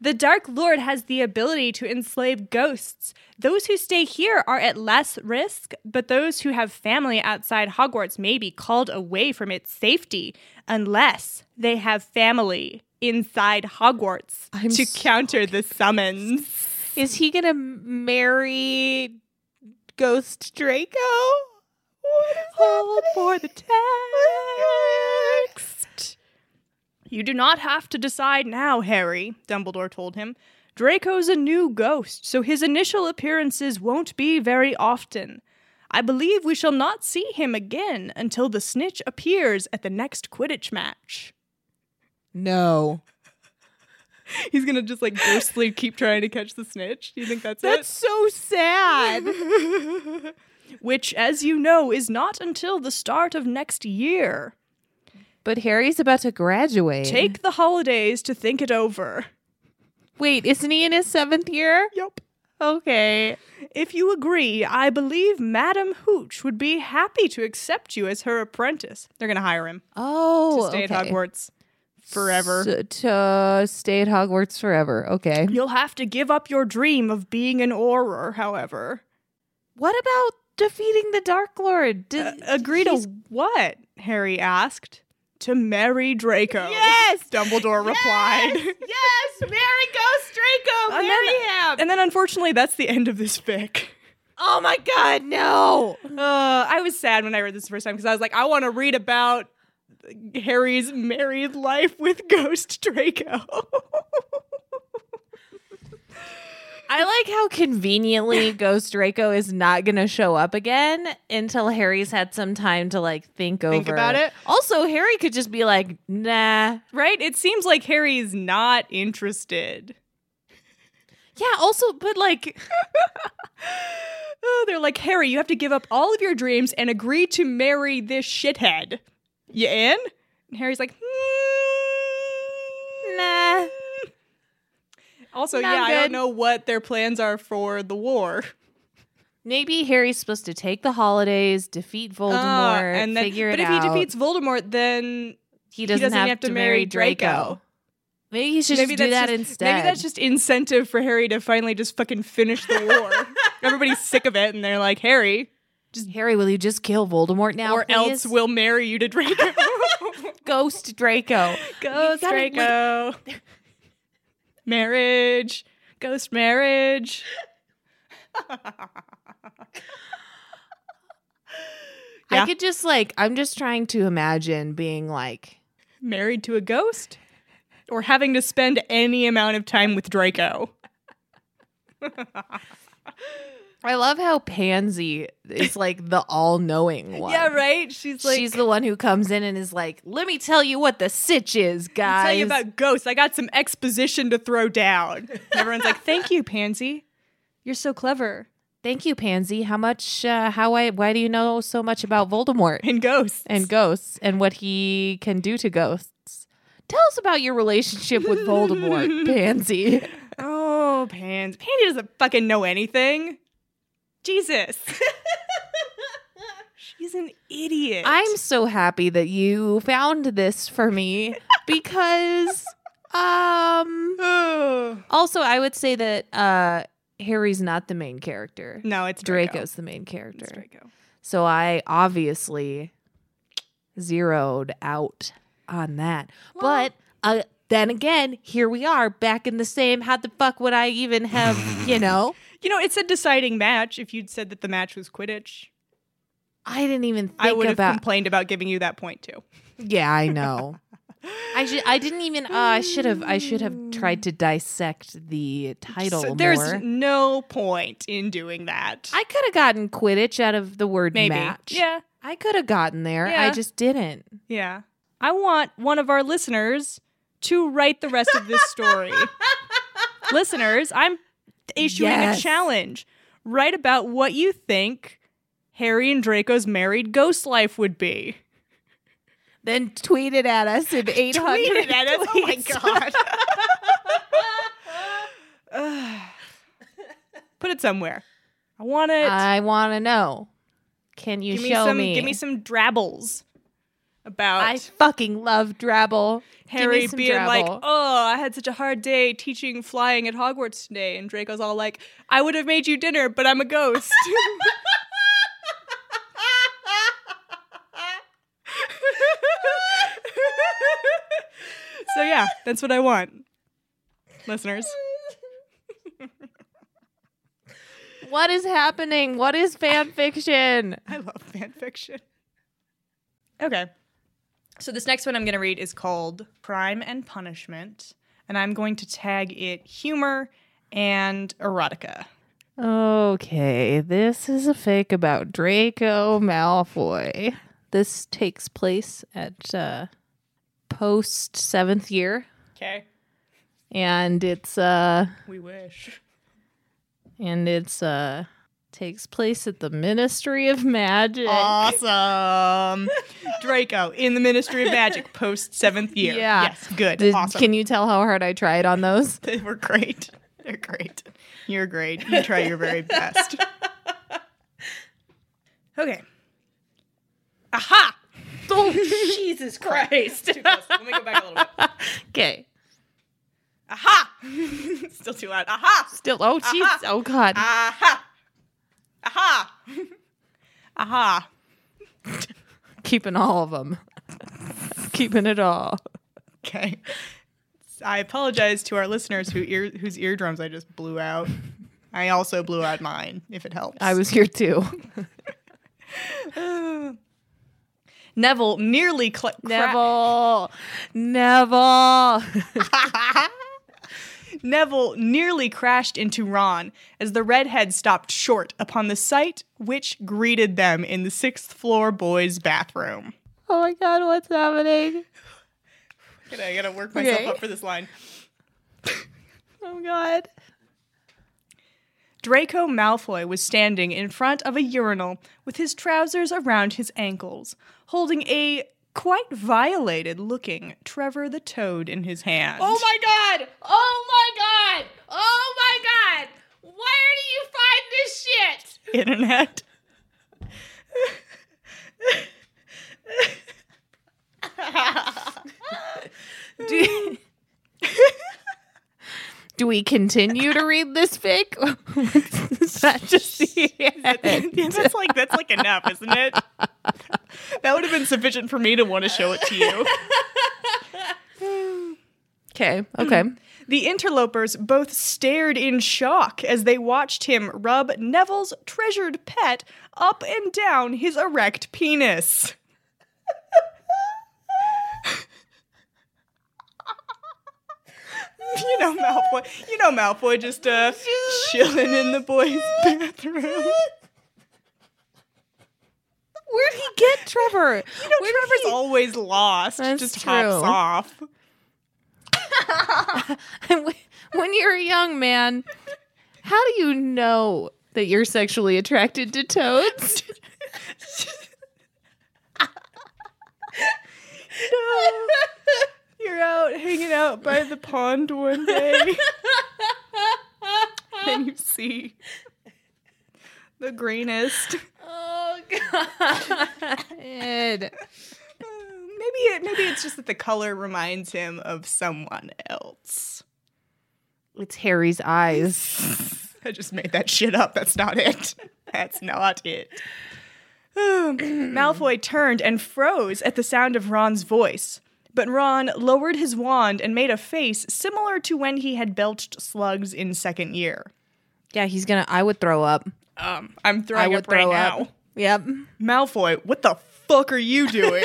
[SPEAKER 1] The Dark Lord has the ability to enslave ghosts. Those who stay here are at less risk, but those who have family outside Hogwarts may be called away from its safety unless they have family inside Hogwarts
[SPEAKER 2] I'm
[SPEAKER 1] to
[SPEAKER 2] so
[SPEAKER 1] counter the summons.
[SPEAKER 2] Is he going to marry Ghost Draco? What is
[SPEAKER 1] All for
[SPEAKER 2] happening?
[SPEAKER 1] the text. You do not have to decide now, Harry, Dumbledore told him. Draco's a new ghost, so his initial appearances won't be very often. I believe we shall not see him again until the snitch appears at the next Quidditch match.
[SPEAKER 2] No.
[SPEAKER 1] He's gonna just like ghostly keep trying to catch the snitch. Do you think that's,
[SPEAKER 2] That's so [LAUGHS] sad.
[SPEAKER 1] it? Which, as you know, is not until the start of next year.
[SPEAKER 2] but Harry's about to graduate.
[SPEAKER 1] Take the holidays to think it over.
[SPEAKER 2] Wait, isn't he in his seventh year?
[SPEAKER 1] Yep.
[SPEAKER 2] Okay.
[SPEAKER 1] If you agree, I believe Madam Hooch would be happy to accept you as her apprentice. They're going to hire him
[SPEAKER 2] Oh,
[SPEAKER 1] to stay
[SPEAKER 2] okay.
[SPEAKER 1] at Hogwarts forever.
[SPEAKER 2] S- to uh, stay at Hogwarts forever. Okay.
[SPEAKER 1] You'll have to give up your dream of being an Auror, however.
[SPEAKER 2] What about defeating the Dark Lord? Did,
[SPEAKER 1] Uh,
[SPEAKER 2] [LAUGHS]
[SPEAKER 1] agree
[SPEAKER 2] he's-
[SPEAKER 1] to what? Harry asked. To marry Draco.
[SPEAKER 2] Yes!
[SPEAKER 1] Dumbledore replied.
[SPEAKER 2] yes, marry Ghost Draco,
[SPEAKER 1] And then-
[SPEAKER 2] marry him.
[SPEAKER 1] And then unfortunately, that's the end of this fic.
[SPEAKER 2] Oh my god, no.
[SPEAKER 1] Uh, I was sad when I read this the first time because I was like, I want to read about Harry's married life with [LAUGHS] Ghost Draco. [LAUGHS]
[SPEAKER 2] I like how
[SPEAKER 1] [LAUGHS]
[SPEAKER 2] conveniently Ghost Draco is not going to show up again until Harry's had some time to like think, over
[SPEAKER 1] about it.
[SPEAKER 2] Also, Harry could just be like, "Nah."
[SPEAKER 1] right? It seems like Harry's not interested.
[SPEAKER 2] Yeah, also, but like
[SPEAKER 1] Oh, they're like, Harry, you have to give up all of your dreams and agree to marry this shithead. You in? And Harry's like, hmm.
[SPEAKER 2] nah.
[SPEAKER 1] Also,
[SPEAKER 2] Not
[SPEAKER 1] yeah, I
[SPEAKER 2] good.
[SPEAKER 1] don't know what their plans are for the war.
[SPEAKER 2] Maybe Harry's supposed to take the holidays, defeat Voldemort,
[SPEAKER 1] Ah, and then,
[SPEAKER 2] figure it
[SPEAKER 1] but if
[SPEAKER 2] out.
[SPEAKER 1] he defeats Voldemort, then
[SPEAKER 2] he doesn't, have, to, marry Draco. Maybe he should
[SPEAKER 1] maybe
[SPEAKER 2] just do
[SPEAKER 1] that's
[SPEAKER 2] that
[SPEAKER 1] just,
[SPEAKER 2] instead.
[SPEAKER 1] Maybe that's just incentive for Harry to finally just fucking finish the
[SPEAKER 2] [LAUGHS]
[SPEAKER 1] war. Everybody's sick of it, and they're like, Harry,
[SPEAKER 2] just Harry. Will you just kill Voldemort now,
[SPEAKER 1] or else
[SPEAKER 2] please?
[SPEAKER 1] we'll marry you to Draco.
[SPEAKER 2] [LAUGHS]
[SPEAKER 1] [LAUGHS]
[SPEAKER 2] Ghost Draco?
[SPEAKER 1] Ghost
[SPEAKER 2] gotta li-
[SPEAKER 1] Draco. marriage. Ghost marriage. Yeah.
[SPEAKER 2] I could just like I'm just trying to imagine being like
[SPEAKER 1] Married to a ghost? Or having to spend any amount of time with Draco.
[SPEAKER 2] I love how Pansy is like the all knowing one.
[SPEAKER 1] [LAUGHS] Yeah, right? She's like,
[SPEAKER 2] She's the one who comes in and is like, let me tell you what the sitch is, guys.
[SPEAKER 1] tell you about ghosts. I got some exposition to throw down. And everyone's like, thank you, Pansy. You're so clever.
[SPEAKER 2] Thank you, Pansy. How much, uh, how I, why do you know so much about Voldemort
[SPEAKER 1] And ghosts.
[SPEAKER 2] and ghosts and what he can do to ghosts? Tell us about your relationship with
[SPEAKER 1] [LAUGHS]
[SPEAKER 2] Voldemort, Pansy.
[SPEAKER 1] Oh, Pansy. Pansy doesn't fucking know anything.
[SPEAKER 2] [LAUGHS]
[SPEAKER 1] Jesus. She's an idiot.
[SPEAKER 2] I'm so happy that you found this
[SPEAKER 1] [LAUGHS]
[SPEAKER 2] for me because, um,
[SPEAKER 1] Oh.
[SPEAKER 2] also I would say that, uh, Harry's not the main character.
[SPEAKER 1] No, it's Draco.
[SPEAKER 2] Draco's the main character.
[SPEAKER 1] It's Draco.
[SPEAKER 2] So I obviously zeroed out on that. but uh, then again, here we are back in the same. How the fuck would I even have, you
[SPEAKER 1] [LAUGHS]
[SPEAKER 2] know?
[SPEAKER 1] You know, it said deciding match. If you'd said that the match was Quidditch,
[SPEAKER 2] I didn't even think
[SPEAKER 1] I would have
[SPEAKER 2] about.
[SPEAKER 1] complained about giving you that point too.
[SPEAKER 2] yeah, I know. I should. I didn't even. Uh, I should have. I should have tried to dissect the title
[SPEAKER 1] So
[SPEAKER 2] there's
[SPEAKER 1] there's
[SPEAKER 2] more.
[SPEAKER 1] no point in doing that.
[SPEAKER 2] I could have gotten Quidditch out of the word
[SPEAKER 1] Maybe.
[SPEAKER 2] match.
[SPEAKER 1] Yeah.
[SPEAKER 2] I could have gotten there. I
[SPEAKER 1] Yeah.
[SPEAKER 2] just didn't.
[SPEAKER 1] Yeah. I want one of our listeners to write the rest of this story.
[SPEAKER 2] [LAUGHS]
[SPEAKER 1] listeners, I'm issuing
[SPEAKER 2] Yes.
[SPEAKER 1] a challenge. Write about what you think Harry and Draco's married ghost life would be.
[SPEAKER 2] Then tweet it at us [LAUGHS] in eight hundred.
[SPEAKER 1] Tweet it at us. Oh my god. Ugh. [SIGHS] Put it somewhere. I want it.
[SPEAKER 2] I want to know. Can Uh, you
[SPEAKER 1] give me
[SPEAKER 2] show
[SPEAKER 1] some.
[SPEAKER 2] me?
[SPEAKER 1] Give me some drabbles about
[SPEAKER 2] I fucking love Drabble. Give me
[SPEAKER 1] Harry
[SPEAKER 2] some
[SPEAKER 1] being like,
[SPEAKER 2] Drabble.
[SPEAKER 1] "Oh, I had such a hard day teaching flying at Hogwarts today," and Draco's all like, "I would have made you dinner, but I'm a
[SPEAKER 2] [LAUGHS]
[SPEAKER 1] ghost." so yeah, that's what I want,
[SPEAKER 2] [LAUGHS]
[SPEAKER 1] listeners.
[SPEAKER 2] what is happening? What is
[SPEAKER 1] [LAUGHS]
[SPEAKER 2] fan fiction?
[SPEAKER 1] I love fan fiction. Okay. So this next one I'm going to read is called Crime and Punishment, and I'm going to tag it humor and erotica.
[SPEAKER 2] Okay, this is a fake about Draco Malfoy. This takes place at uh, post seventh year,
[SPEAKER 1] Okay.
[SPEAKER 2] and it's uh,
[SPEAKER 1] We wish.
[SPEAKER 2] and it's uh, takes place at the Ministry of
[SPEAKER 1] [LAUGHS]
[SPEAKER 2] Magic.
[SPEAKER 1] Awesome. Draco in the Ministry of Magic post seventh year.
[SPEAKER 2] Yeah.
[SPEAKER 1] Yes. Good.
[SPEAKER 2] Did-
[SPEAKER 1] awesome.
[SPEAKER 2] Can you tell how hard I tried
[SPEAKER 4] [LAUGHS]
[SPEAKER 2] on
[SPEAKER 1] [LAUGHS]
[SPEAKER 2] those?
[SPEAKER 1] they were great. They're great. You're great. You try your very [LAUGHS] best. Okay. Aha!
[SPEAKER 2] Oh, Jesus Christ.
[SPEAKER 1] Let me go back a little bit.
[SPEAKER 2] okay.
[SPEAKER 1] Aha! [LAUGHS] Still too loud. Aha!
[SPEAKER 2] Still, oh,
[SPEAKER 4] Uh-huh.
[SPEAKER 2] jeez. Oh, God.
[SPEAKER 1] Aha! Aha! [LAUGHS] Aha!
[SPEAKER 2] Keeping all of them. Keeping it all.
[SPEAKER 1] Okay. I apologize to our listeners who ear, whose eardrums I just blew out. I also blew out mine, if it helps.
[SPEAKER 2] I was here
[SPEAKER 4] [LAUGHS]
[SPEAKER 2] too.
[SPEAKER 1] Neville nearly cl- cra-
[SPEAKER 2] Neville. Neville.
[SPEAKER 1] Neville nearly crashed into Ron as the redhead stopped short upon the sight which greeted them in the sixth floor boys' bathroom.
[SPEAKER 2] Oh my god, what's happening?
[SPEAKER 1] Okay, I gotta work myself
[SPEAKER 2] Okay.
[SPEAKER 1] up for this line.
[SPEAKER 2] Oh god.
[SPEAKER 1] Draco Malfoy was standing in front of a urinal with his trousers around his ankles, holding a quite violated looking Trevor the Toad in his hand.
[SPEAKER 4] Oh my god! Oh my god! Oh my god! Where do you find this shit?
[SPEAKER 1] internet.
[SPEAKER 2] Do, [LAUGHS] do we continue to read this fic? [LAUGHS] Is that just the end?
[SPEAKER 1] [LAUGHS] Yeah, that's like that's like enough, isn't it? That would have been sufficient for me to want to show it to you.
[SPEAKER 2] Okay. Okay.
[SPEAKER 1] The interlopers both stared in shock as they watched him rub Neville's treasured pet up and down his erect penis. you know Malfoy. You know Malfoy just uh chilling in the boys' bathroom.
[SPEAKER 2] Where'd he get Trevor?
[SPEAKER 1] No, Trevor's always lost.
[SPEAKER 2] That's
[SPEAKER 1] just
[SPEAKER 2] true.
[SPEAKER 1] hops off.
[SPEAKER 2] [LAUGHS] when you're a young man, how do you know that you're sexually attracted to toads?
[SPEAKER 1] [LAUGHS] You're out hanging out by the pond one [LAUGHS] day. and you see the greenest.
[SPEAKER 2] [LAUGHS] Oh god.
[SPEAKER 1] Uh, Maybe it, maybe it's just that the color reminds him of someone else.
[SPEAKER 2] It's Harry's eyes.
[SPEAKER 1] I just made that shit up. That's not it. That's not it. [SIGHS] Malfoy turned and froze at the sound of Ron's voice. But Ron lowered his wand and made a face similar to when he had belched slugs in second year.
[SPEAKER 2] Yeah, he's gonna I would throw up.
[SPEAKER 1] Um, I'm
[SPEAKER 2] I
[SPEAKER 1] throwing
[SPEAKER 2] would
[SPEAKER 1] up right
[SPEAKER 2] throw
[SPEAKER 1] now.
[SPEAKER 2] up. Yep.
[SPEAKER 1] Malfoy, what the fuck are you
[SPEAKER 2] [LAUGHS]
[SPEAKER 1] doing?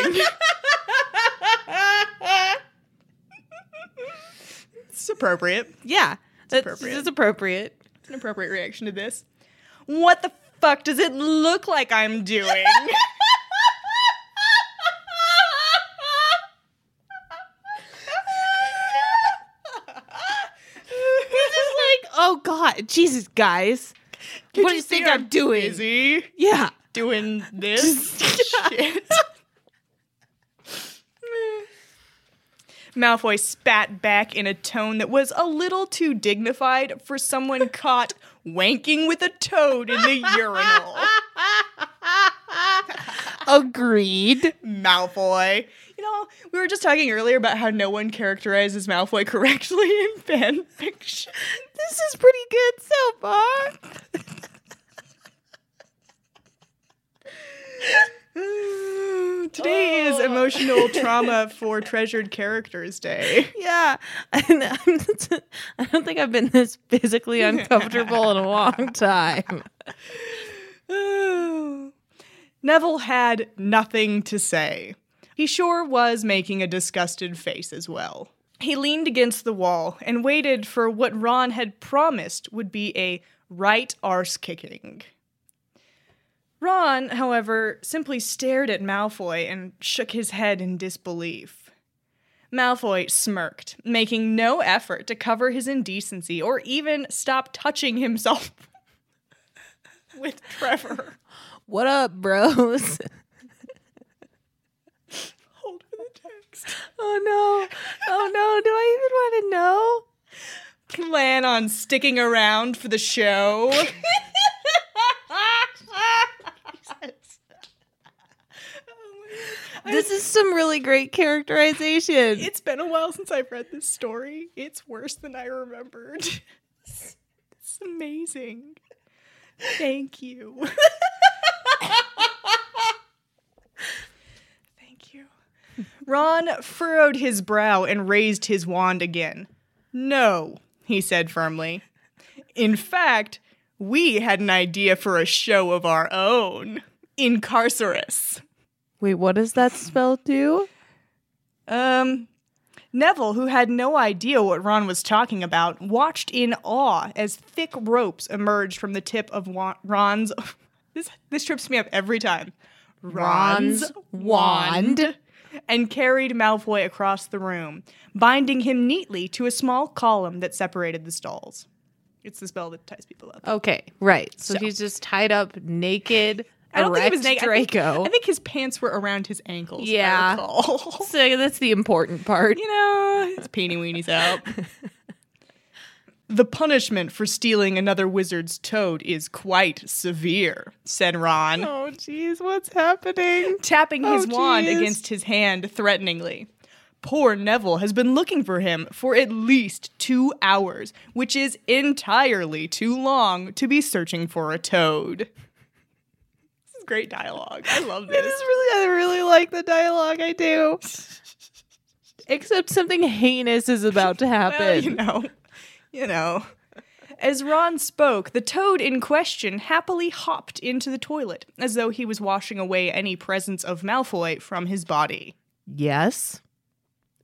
[SPEAKER 1] it's appropriate.
[SPEAKER 2] Yeah. That's
[SPEAKER 1] appropriate.
[SPEAKER 2] It's appropriate.
[SPEAKER 1] It's an appropriate reaction to this. What the fuck does it look
[SPEAKER 2] [LAUGHS]
[SPEAKER 1] like I'm doing?
[SPEAKER 2] Like, oh god, Jesus guys. what do you
[SPEAKER 1] see
[SPEAKER 2] think I'm doing?
[SPEAKER 1] Busy
[SPEAKER 2] Yeah.
[SPEAKER 1] doing this shit. [LAUGHS] Malfoy spat back in a tone that was a little too dignified for someone caught wanking with a toad in the urinal.
[SPEAKER 2] Agreed.
[SPEAKER 1] Malfoy. You know, we were just talking earlier about how no one characterizes Malfoy [LAUGHS] correctly in fan fiction.
[SPEAKER 2] This is pretty good so far.
[SPEAKER 1] [SIGHS] Today is Emotional Trauma for Treasured Characters Day.
[SPEAKER 2] Yeah. [LAUGHS] And I'm- I don't think I've been this physically uncomfortable in a [LAUGHS] long time.
[SPEAKER 1] [SIGHS] Neville had nothing to say. He sure was making a disgusted face as well. He leaned against the wall and waited for what Ron had promised would be a right arse kicking. Ron, however, simply stared at Malfoy and shook his head in disbelief. Malfoy smirked, making no effort to cover his indecency or even stop touching himself [LAUGHS] with Trevor.
[SPEAKER 2] What up, bros?
[SPEAKER 1] Hold for the text.
[SPEAKER 2] [LAUGHS] Oh no. Oh no. Do I even want to know?
[SPEAKER 1] Plan on sticking around for the show. Oh
[SPEAKER 2] This is some really great characterization.
[SPEAKER 1] It's been a while since I've read this story. It's worse than I remembered. [LAUGHS] It's amazing. Thank you. Thank you. Ron furrowed his brow and raised his wand again. No, he said firmly. In fact, we had an idea for a show of our own. Incarcerus.
[SPEAKER 2] Wait, what does that spell do?
[SPEAKER 1] Um, Neville, who had no idea what Ron was talking about, watched in awe as thick ropes emerged from the tip of wa- Ron's. [LAUGHS] This this trips me up every time.
[SPEAKER 2] Ron's wand.
[SPEAKER 1] And carried Malfoy across the room, binding him neatly to a small column that separated the stalls. It's the spell that ties people up.
[SPEAKER 2] Okay, right. So,
[SPEAKER 1] So-
[SPEAKER 2] he's just tied up naked.
[SPEAKER 1] I don't think it was
[SPEAKER 2] erect
[SPEAKER 1] naked. I think-
[SPEAKER 2] Draco.
[SPEAKER 1] I think his pants were around his ankles. if I
[SPEAKER 2] Yeah.
[SPEAKER 1] recall. [LAUGHS]
[SPEAKER 2] so that's the important part.
[SPEAKER 1] you know, it's peeny weenies out. [LAUGHS] the punishment for stealing another wizard's toad is quite severe, said Ron,
[SPEAKER 2] Oh, jeez, what's
[SPEAKER 1] [LAUGHS]
[SPEAKER 2] happening?
[SPEAKER 1] tapping his
[SPEAKER 2] Oh,
[SPEAKER 1] wand
[SPEAKER 2] geez.
[SPEAKER 1] against his hand threateningly. Poor Neville has been looking for him for at least two hours, which is entirely too long to be searching for a toad. [LAUGHS] This is great dialogue. I love
[SPEAKER 2] I
[SPEAKER 1] this.
[SPEAKER 2] just really, I really like the dialogue. I do. Except something heinous is about to happen.
[SPEAKER 1] [LAUGHS] Well, you know, you know. As Ron spoke, the toad in question happily hopped into the toilet, as though he was washing away any presence of Malfoy from his body.
[SPEAKER 2] Yes.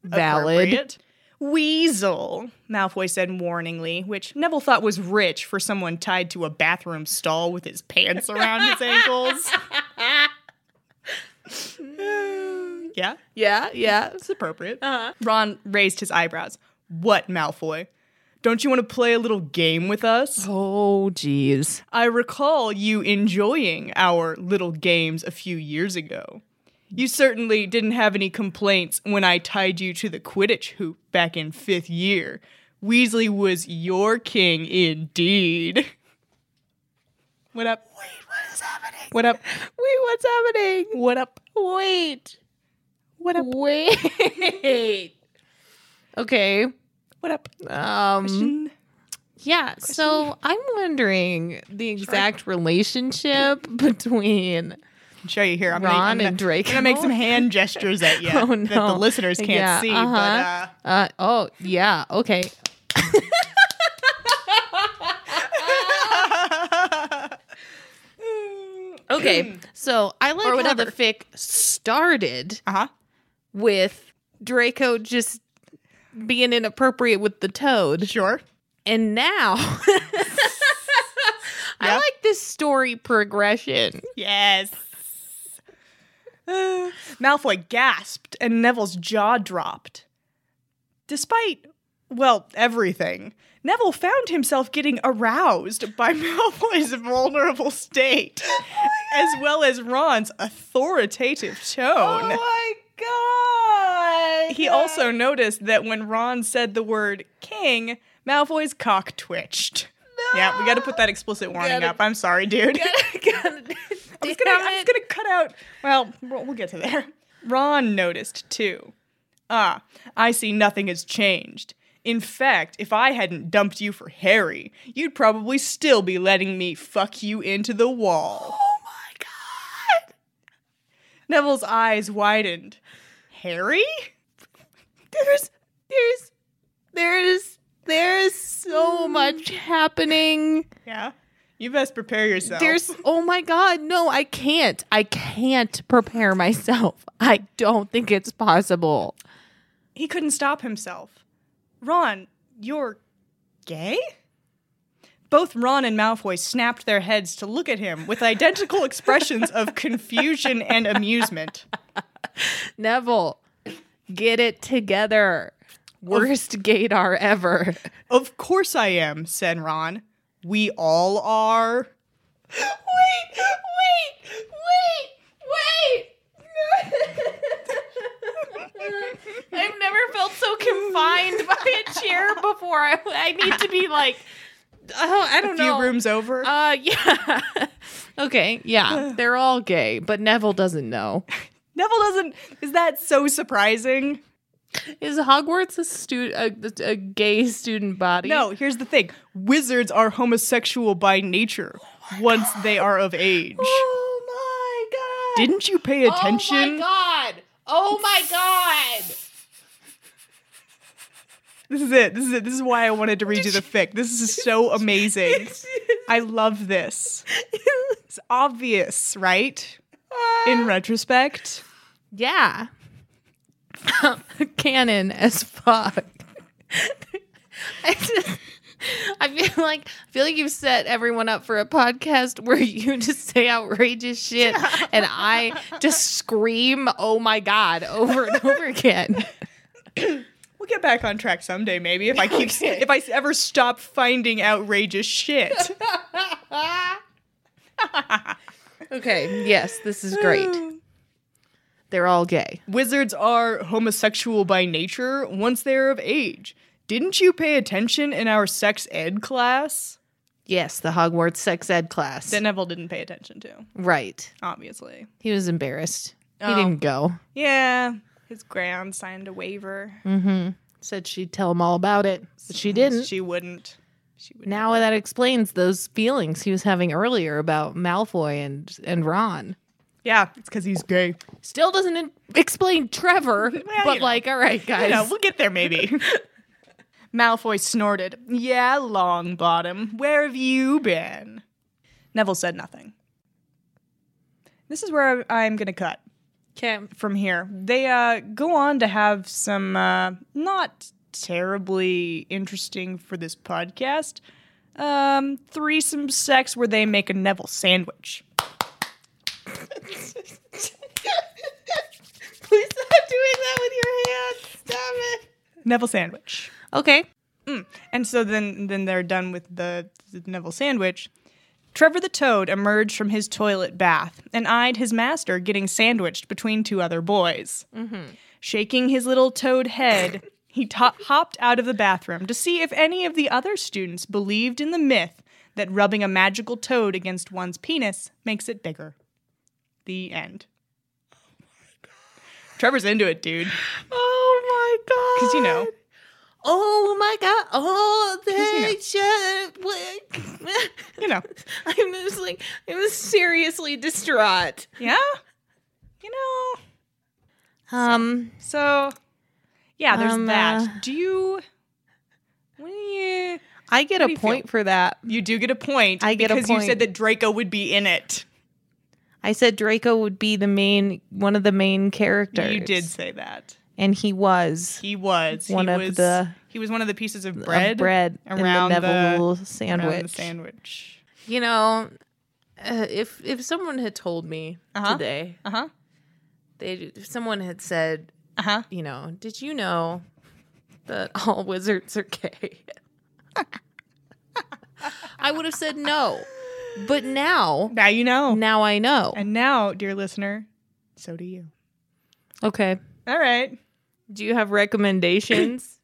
[SPEAKER 2] Valid.
[SPEAKER 1] Appropriate. Weasel, Malfoy said warningly, which Neville thought was rich for someone tied to a bathroom stall with his pants around his ankles. yeah,
[SPEAKER 2] Yeah, yeah.
[SPEAKER 1] it's appropriate.
[SPEAKER 2] Uh-huh.
[SPEAKER 1] Ron raised his eyebrows. What, Malfoy? Don't you want to play a little game with us?
[SPEAKER 2] Oh, jeez.
[SPEAKER 1] I recall you enjoying our little games a few years ago. You certainly didn't have any complaints when I tied you to the Quidditch hoop back in fifth year. Weasley was your king indeed. [LAUGHS] What up? Wait, what is happening? What up?
[SPEAKER 2] Wait, what's happening?
[SPEAKER 1] What up?
[SPEAKER 2] Wait.
[SPEAKER 1] What up?
[SPEAKER 4] Wait.
[SPEAKER 2] [LAUGHS] Okay.
[SPEAKER 1] What up?
[SPEAKER 2] Um
[SPEAKER 1] Mm.
[SPEAKER 2] yeah, so I'm wondering the exact relationship between
[SPEAKER 1] show you here. I'm
[SPEAKER 2] Ron
[SPEAKER 1] gonna, I'm gonna,
[SPEAKER 2] and Draco.
[SPEAKER 1] I'm gonna
[SPEAKER 2] [LAUGHS]
[SPEAKER 1] make some hand gestures at you
[SPEAKER 2] Oh,
[SPEAKER 1] that
[SPEAKER 2] no.
[SPEAKER 1] the listeners can't
[SPEAKER 2] Yeah,
[SPEAKER 1] see.
[SPEAKER 2] uh-huh.
[SPEAKER 1] But uh,
[SPEAKER 2] uh oh, yeah, okay.
[SPEAKER 1] [CLEARS THROAT]
[SPEAKER 2] Okay. so I like how the
[SPEAKER 1] whatever.
[SPEAKER 2] fic started
[SPEAKER 1] uh-huh.
[SPEAKER 2] with Draco just being inappropriate with the toad.
[SPEAKER 1] Sure.
[SPEAKER 2] And now [LAUGHS] I
[SPEAKER 1] Yeah.
[SPEAKER 2] like this story
[SPEAKER 1] [LAUGHS]
[SPEAKER 2] progression.
[SPEAKER 1] Yes. [SIGHS] Uh, Malfoy gasped and Neville's jaw dropped. Despite, well, everything, Neville found himself getting aroused by [LAUGHS] Malfoy's vulnerable
[SPEAKER 2] [LAUGHS]
[SPEAKER 1] state, as well as Ron's authoritative tone.
[SPEAKER 2] Oh, my god.
[SPEAKER 1] he also noticed that when Ron said the word king, Malfoy's cock twitched. Yeah, we got to put that explicit warning
[SPEAKER 2] Gotta-
[SPEAKER 1] up. I'm sorry, dude. [LAUGHS] I'm just gonna, I'm just gonna cut out. Well, we'll we'll get to there. Ron noticed too. Ah, I see nothing has changed. In fact, if I hadn't dumped you for Harry, you'd probably still be letting me fuck you into the wall.
[SPEAKER 2] Oh my god.
[SPEAKER 1] Neville's eyes widened. Harry? [LAUGHS]
[SPEAKER 2] There's there's there's there's
[SPEAKER 1] Mm.
[SPEAKER 2] so much happening.
[SPEAKER 1] Yeah. You best prepare yourself.
[SPEAKER 2] There's oh my god, no, I can't. I can't prepare myself. I don't think it's possible.
[SPEAKER 1] He couldn't stop himself. Ron, you're gay? Both Ron and Malfoy snapped their heads to look at him with [LAUGHS] identical expressions of confusion and amusement.
[SPEAKER 2] Neville, get it together. Worst Gadar ever.
[SPEAKER 1] Of course I am, said Ron. We all are.
[SPEAKER 4] Wait, wait, wait, wait. [LAUGHS] I've never felt so confined by a chair before. I, I need to be like,
[SPEAKER 2] Oh, I
[SPEAKER 1] A
[SPEAKER 2] don't
[SPEAKER 1] few rooms over.
[SPEAKER 2] Uh, [LAUGHS] yeah. okay,
[SPEAKER 1] [SIGHS]
[SPEAKER 2] yeah. They're all gay, but Neville doesn't know.
[SPEAKER 1] Neville doesn't. Is that so surprising?
[SPEAKER 2] Is Hogwarts a student, a, a gay student body?
[SPEAKER 1] No, here's the thing wizards are homosexual by nature once they are of age.
[SPEAKER 2] Oh my god.
[SPEAKER 1] Didn't you pay attention?
[SPEAKER 4] oh my god, oh my god.
[SPEAKER 1] This is it. This is it. This is why I wanted to read you the fic. This is so amazing. I love this. It's obvious, right? In retrospect,
[SPEAKER 2] Yeah. [LAUGHS] Canon as fuck. [LAUGHS] I just- I feel like I feel like you've set everyone up for a podcast where you [LAUGHS] just say outrageous [LAUGHS] shit and I just scream, "Oh my god!" over and over again.
[SPEAKER 1] we'll get back on track someday. Maybe if I keep, if I ever stop finding outrageous shit.
[SPEAKER 2] [LAUGHS] Okay, yes, this is great. [SIGHS] They're all gay.
[SPEAKER 1] Wizards are homosexual by nature once they're of age. Didn't you pay attention in our sex ed class?
[SPEAKER 2] Yes, the Hogwarts sex ed class.
[SPEAKER 1] That Neville didn't pay attention to,
[SPEAKER 2] right.
[SPEAKER 1] obviously.
[SPEAKER 2] He was embarrassed. He
[SPEAKER 1] Oh.
[SPEAKER 2] didn't go.
[SPEAKER 1] Yeah, his grand signed a waiver.
[SPEAKER 2] Said she'd tell him all about it, but she didn't.
[SPEAKER 1] She wouldn't. She would
[SPEAKER 2] Now that explains those feelings he was having earlier about Malfoy and and Ron.
[SPEAKER 1] Yeah, it's because he's gay.
[SPEAKER 2] Still doesn't in- explain [LAUGHS] Trevor, but
[SPEAKER 1] know.
[SPEAKER 2] like, all right, guys.
[SPEAKER 1] Yeah, we'll get there maybe. Malfoy snorted. Yeah, Longbottom, where have you been? Neville said nothing. This is where I- I'm going to cut. from here. They uh, go on to have some uh, not terribly interesting for this podcast um, threesome sex where they make a Neville sandwich.
[SPEAKER 2] Please stop doing that with your hands. Stop it.
[SPEAKER 1] Neville sandwich.
[SPEAKER 2] Okay.
[SPEAKER 1] And so then, then they're done with the, the Neville sandwich. Trevor the Toad emerged from his toilet bath and eyed his master getting sandwiched between two other boys. Shaking his little toad head, he to- hopped out of the bathroom to see if any of the other students believed in the myth that rubbing a magical toad against one's penis makes it bigger. The end. Trevor's into it, dude.
[SPEAKER 2] Oh my god.
[SPEAKER 1] Because, you know,
[SPEAKER 2] Oh my god. Oh,
[SPEAKER 1] they
[SPEAKER 2] [LAUGHS] shit.
[SPEAKER 1] you know.
[SPEAKER 2] I was like, I was seriously distraught.
[SPEAKER 1] Yeah? You know.
[SPEAKER 2] Um.
[SPEAKER 1] So, yeah, there's
[SPEAKER 2] Um,
[SPEAKER 1] that.
[SPEAKER 2] uh,
[SPEAKER 1] do you? What do you?
[SPEAKER 2] I get
[SPEAKER 1] do
[SPEAKER 2] a
[SPEAKER 1] you
[SPEAKER 2] point for that.
[SPEAKER 1] You do get a point.
[SPEAKER 2] I get a
[SPEAKER 1] because you said
[SPEAKER 2] point.
[SPEAKER 1] that Draco would be in it.
[SPEAKER 2] I said Draco would be the main one of the main characters.
[SPEAKER 1] You did say that.
[SPEAKER 2] and he was
[SPEAKER 1] He was
[SPEAKER 2] One
[SPEAKER 1] he
[SPEAKER 2] of
[SPEAKER 1] was,
[SPEAKER 2] the-
[SPEAKER 1] He was one of the pieces of
[SPEAKER 2] of
[SPEAKER 1] bread.
[SPEAKER 2] bread
[SPEAKER 1] around
[SPEAKER 2] in the Neville
[SPEAKER 1] around
[SPEAKER 2] sandwich.
[SPEAKER 1] the sandwich.
[SPEAKER 2] You know, uh, if if someone had told me
[SPEAKER 1] Uh-huh.
[SPEAKER 2] today,
[SPEAKER 1] Uh huh.
[SPEAKER 2] they if someone had said,
[SPEAKER 1] Uh huh.
[SPEAKER 2] you know, did you know that all [LAUGHS] wizards are gay? I would have said no. But now,
[SPEAKER 1] Now you know.
[SPEAKER 2] now I know.
[SPEAKER 1] And now, dear listener, so do you.
[SPEAKER 2] Okay.
[SPEAKER 1] All right.
[SPEAKER 2] Do you have [LAUGHS] recommendations?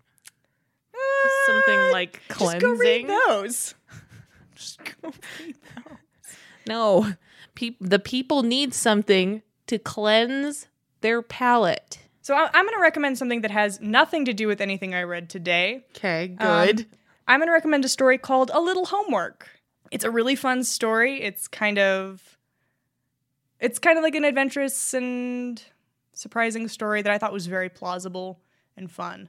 [SPEAKER 2] Something like cleansing?
[SPEAKER 1] Uh, Just go read those. [LAUGHS] Just go read those.
[SPEAKER 2] No, Peop the people need something to cleanse their palate.
[SPEAKER 1] So I- I'm going to recommend something that has nothing to do with anything I read today.
[SPEAKER 2] Okay,
[SPEAKER 1] good. I'm going to recommend a story called A Little Homework. It's a really fun story. It's kind of it's kind of like an adventurous and surprising story that I thought was very plausible and fun.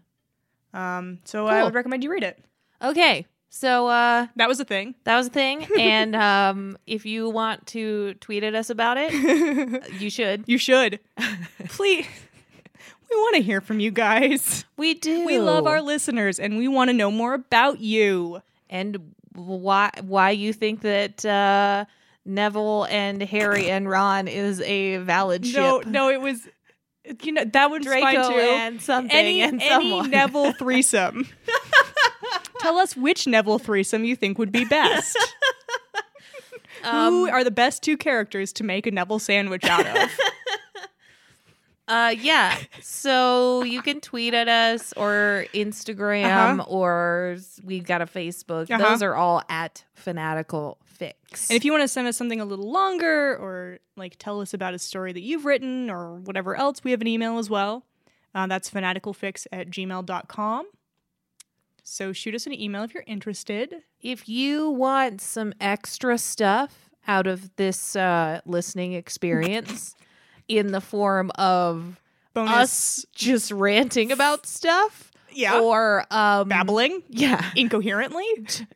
[SPEAKER 1] Um, so I
[SPEAKER 2] Cool.
[SPEAKER 1] would recommend you read it.
[SPEAKER 2] okay, so uh,
[SPEAKER 1] That was a thing.
[SPEAKER 2] that was a thing, and [LAUGHS] um, if you want to tweet at us about it,
[SPEAKER 1] [LAUGHS]
[SPEAKER 2] you should.
[SPEAKER 1] you
[SPEAKER 2] [LAUGHS]
[SPEAKER 1] should. Please we want to hear from you guys.
[SPEAKER 2] We do.
[SPEAKER 1] We love our listeners and we want to know more about you.
[SPEAKER 2] and why why you think that uh, Neville and Harry and Ron is a valid ship?
[SPEAKER 1] No, no, it was you know that one's
[SPEAKER 2] Draco eh?
[SPEAKER 1] fine too.
[SPEAKER 2] and something
[SPEAKER 1] any
[SPEAKER 2] and
[SPEAKER 1] any
[SPEAKER 2] someone. [LAUGHS]
[SPEAKER 1] Neville threesome. Tell us which Neville threesome you think would be
[SPEAKER 2] [LAUGHS]
[SPEAKER 1] best.
[SPEAKER 2] Um,
[SPEAKER 1] Who are the best two characters to make a Neville sandwich out
[SPEAKER 2] [LAUGHS]
[SPEAKER 1] of?
[SPEAKER 2] Uh, yeah. So you can tweet at us
[SPEAKER 1] Uh-huh.
[SPEAKER 2] or Instagram or s- we've got a Facebook.
[SPEAKER 1] Uh-huh.
[SPEAKER 2] Those are all at Fanatical Fix.
[SPEAKER 1] and if you want to send us something a little longer, or like tell us about a story that you've written, or whatever else, we have an email as well. Uh, that's fanaticalfix at gmail.com. So shoot us an email if you're interested.
[SPEAKER 2] if you want some extra stuff out of this uh,
[SPEAKER 1] [LAUGHS]
[SPEAKER 2] listening experience in the form of
[SPEAKER 1] Bonus
[SPEAKER 2] us just ranting about stuff,
[SPEAKER 1] Yeah.
[SPEAKER 2] or um
[SPEAKER 1] babbling
[SPEAKER 2] Yeah.
[SPEAKER 1] incoherently. [LAUGHS]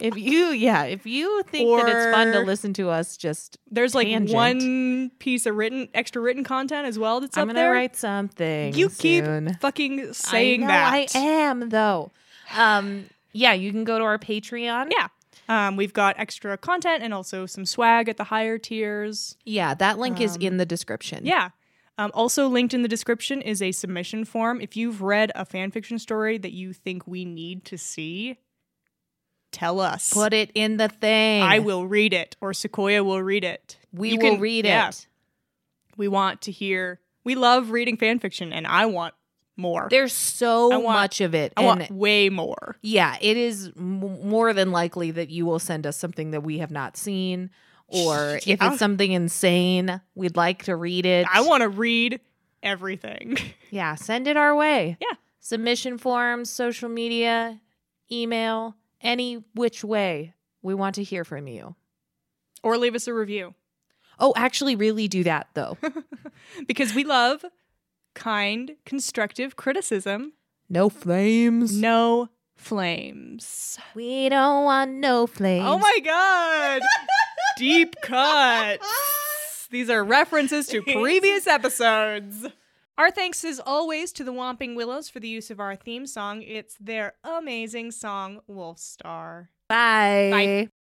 [SPEAKER 2] If you yeah, if you think that it's fun to
[SPEAKER 1] Or-
[SPEAKER 2] listen to us just
[SPEAKER 1] There's like
[SPEAKER 2] Tangent.
[SPEAKER 1] one piece of written, extra written content as well that's
[SPEAKER 2] I'm
[SPEAKER 1] up
[SPEAKER 2] gonna
[SPEAKER 1] there.
[SPEAKER 2] write something.
[SPEAKER 1] you keep
[SPEAKER 2] soon.
[SPEAKER 1] fucking saying
[SPEAKER 2] I know
[SPEAKER 1] that.
[SPEAKER 2] I am though. Um yeah, you can go to our Patreon.
[SPEAKER 1] Yeah. Um, we've got extra content and also some swag at the higher tiers.
[SPEAKER 2] Yeah, that link is in the description.
[SPEAKER 1] Yeah. Um, also linked in the description is a submission form. If you've read a fan fiction story that you think we need to see, tell us.
[SPEAKER 2] Put it in the thing.
[SPEAKER 1] I will read it, or Sequoia will read it.
[SPEAKER 2] We
[SPEAKER 1] You
[SPEAKER 2] will
[SPEAKER 1] can-
[SPEAKER 2] read
[SPEAKER 1] yeah.
[SPEAKER 2] it.
[SPEAKER 1] We want to hear. We love reading fan fiction, and I want more.
[SPEAKER 2] There's so
[SPEAKER 1] I want-
[SPEAKER 2] much of it.
[SPEAKER 1] I
[SPEAKER 2] and
[SPEAKER 1] want way more.
[SPEAKER 2] yeah, it is m- more than likely that you will send us something that we have not seen.
[SPEAKER 1] [LAUGHS]
[SPEAKER 2] Or if
[SPEAKER 1] Yeah.
[SPEAKER 2] it's something insane, we'd like to read it.
[SPEAKER 1] I want to read everything. [LAUGHS]
[SPEAKER 2] Yeah, send it our way.
[SPEAKER 1] Yeah.
[SPEAKER 2] Submission forms, social media, email, any which way. We want to hear from you.
[SPEAKER 1] or leave us a review
[SPEAKER 2] Oh, actually, really do that though.
[SPEAKER 1] because we love kind, constructive criticism.
[SPEAKER 2] [LAUGHS] no flames.
[SPEAKER 1] No flames.
[SPEAKER 2] We don't want no flames.
[SPEAKER 1] Oh my [LAUGHS] god. Deep cuts. These are references to previous episodes. Our thanks as always to the Whomping Willows for the use of our theme song. It's their amazing song, Wolf Star.
[SPEAKER 2] Bye.
[SPEAKER 1] Bye.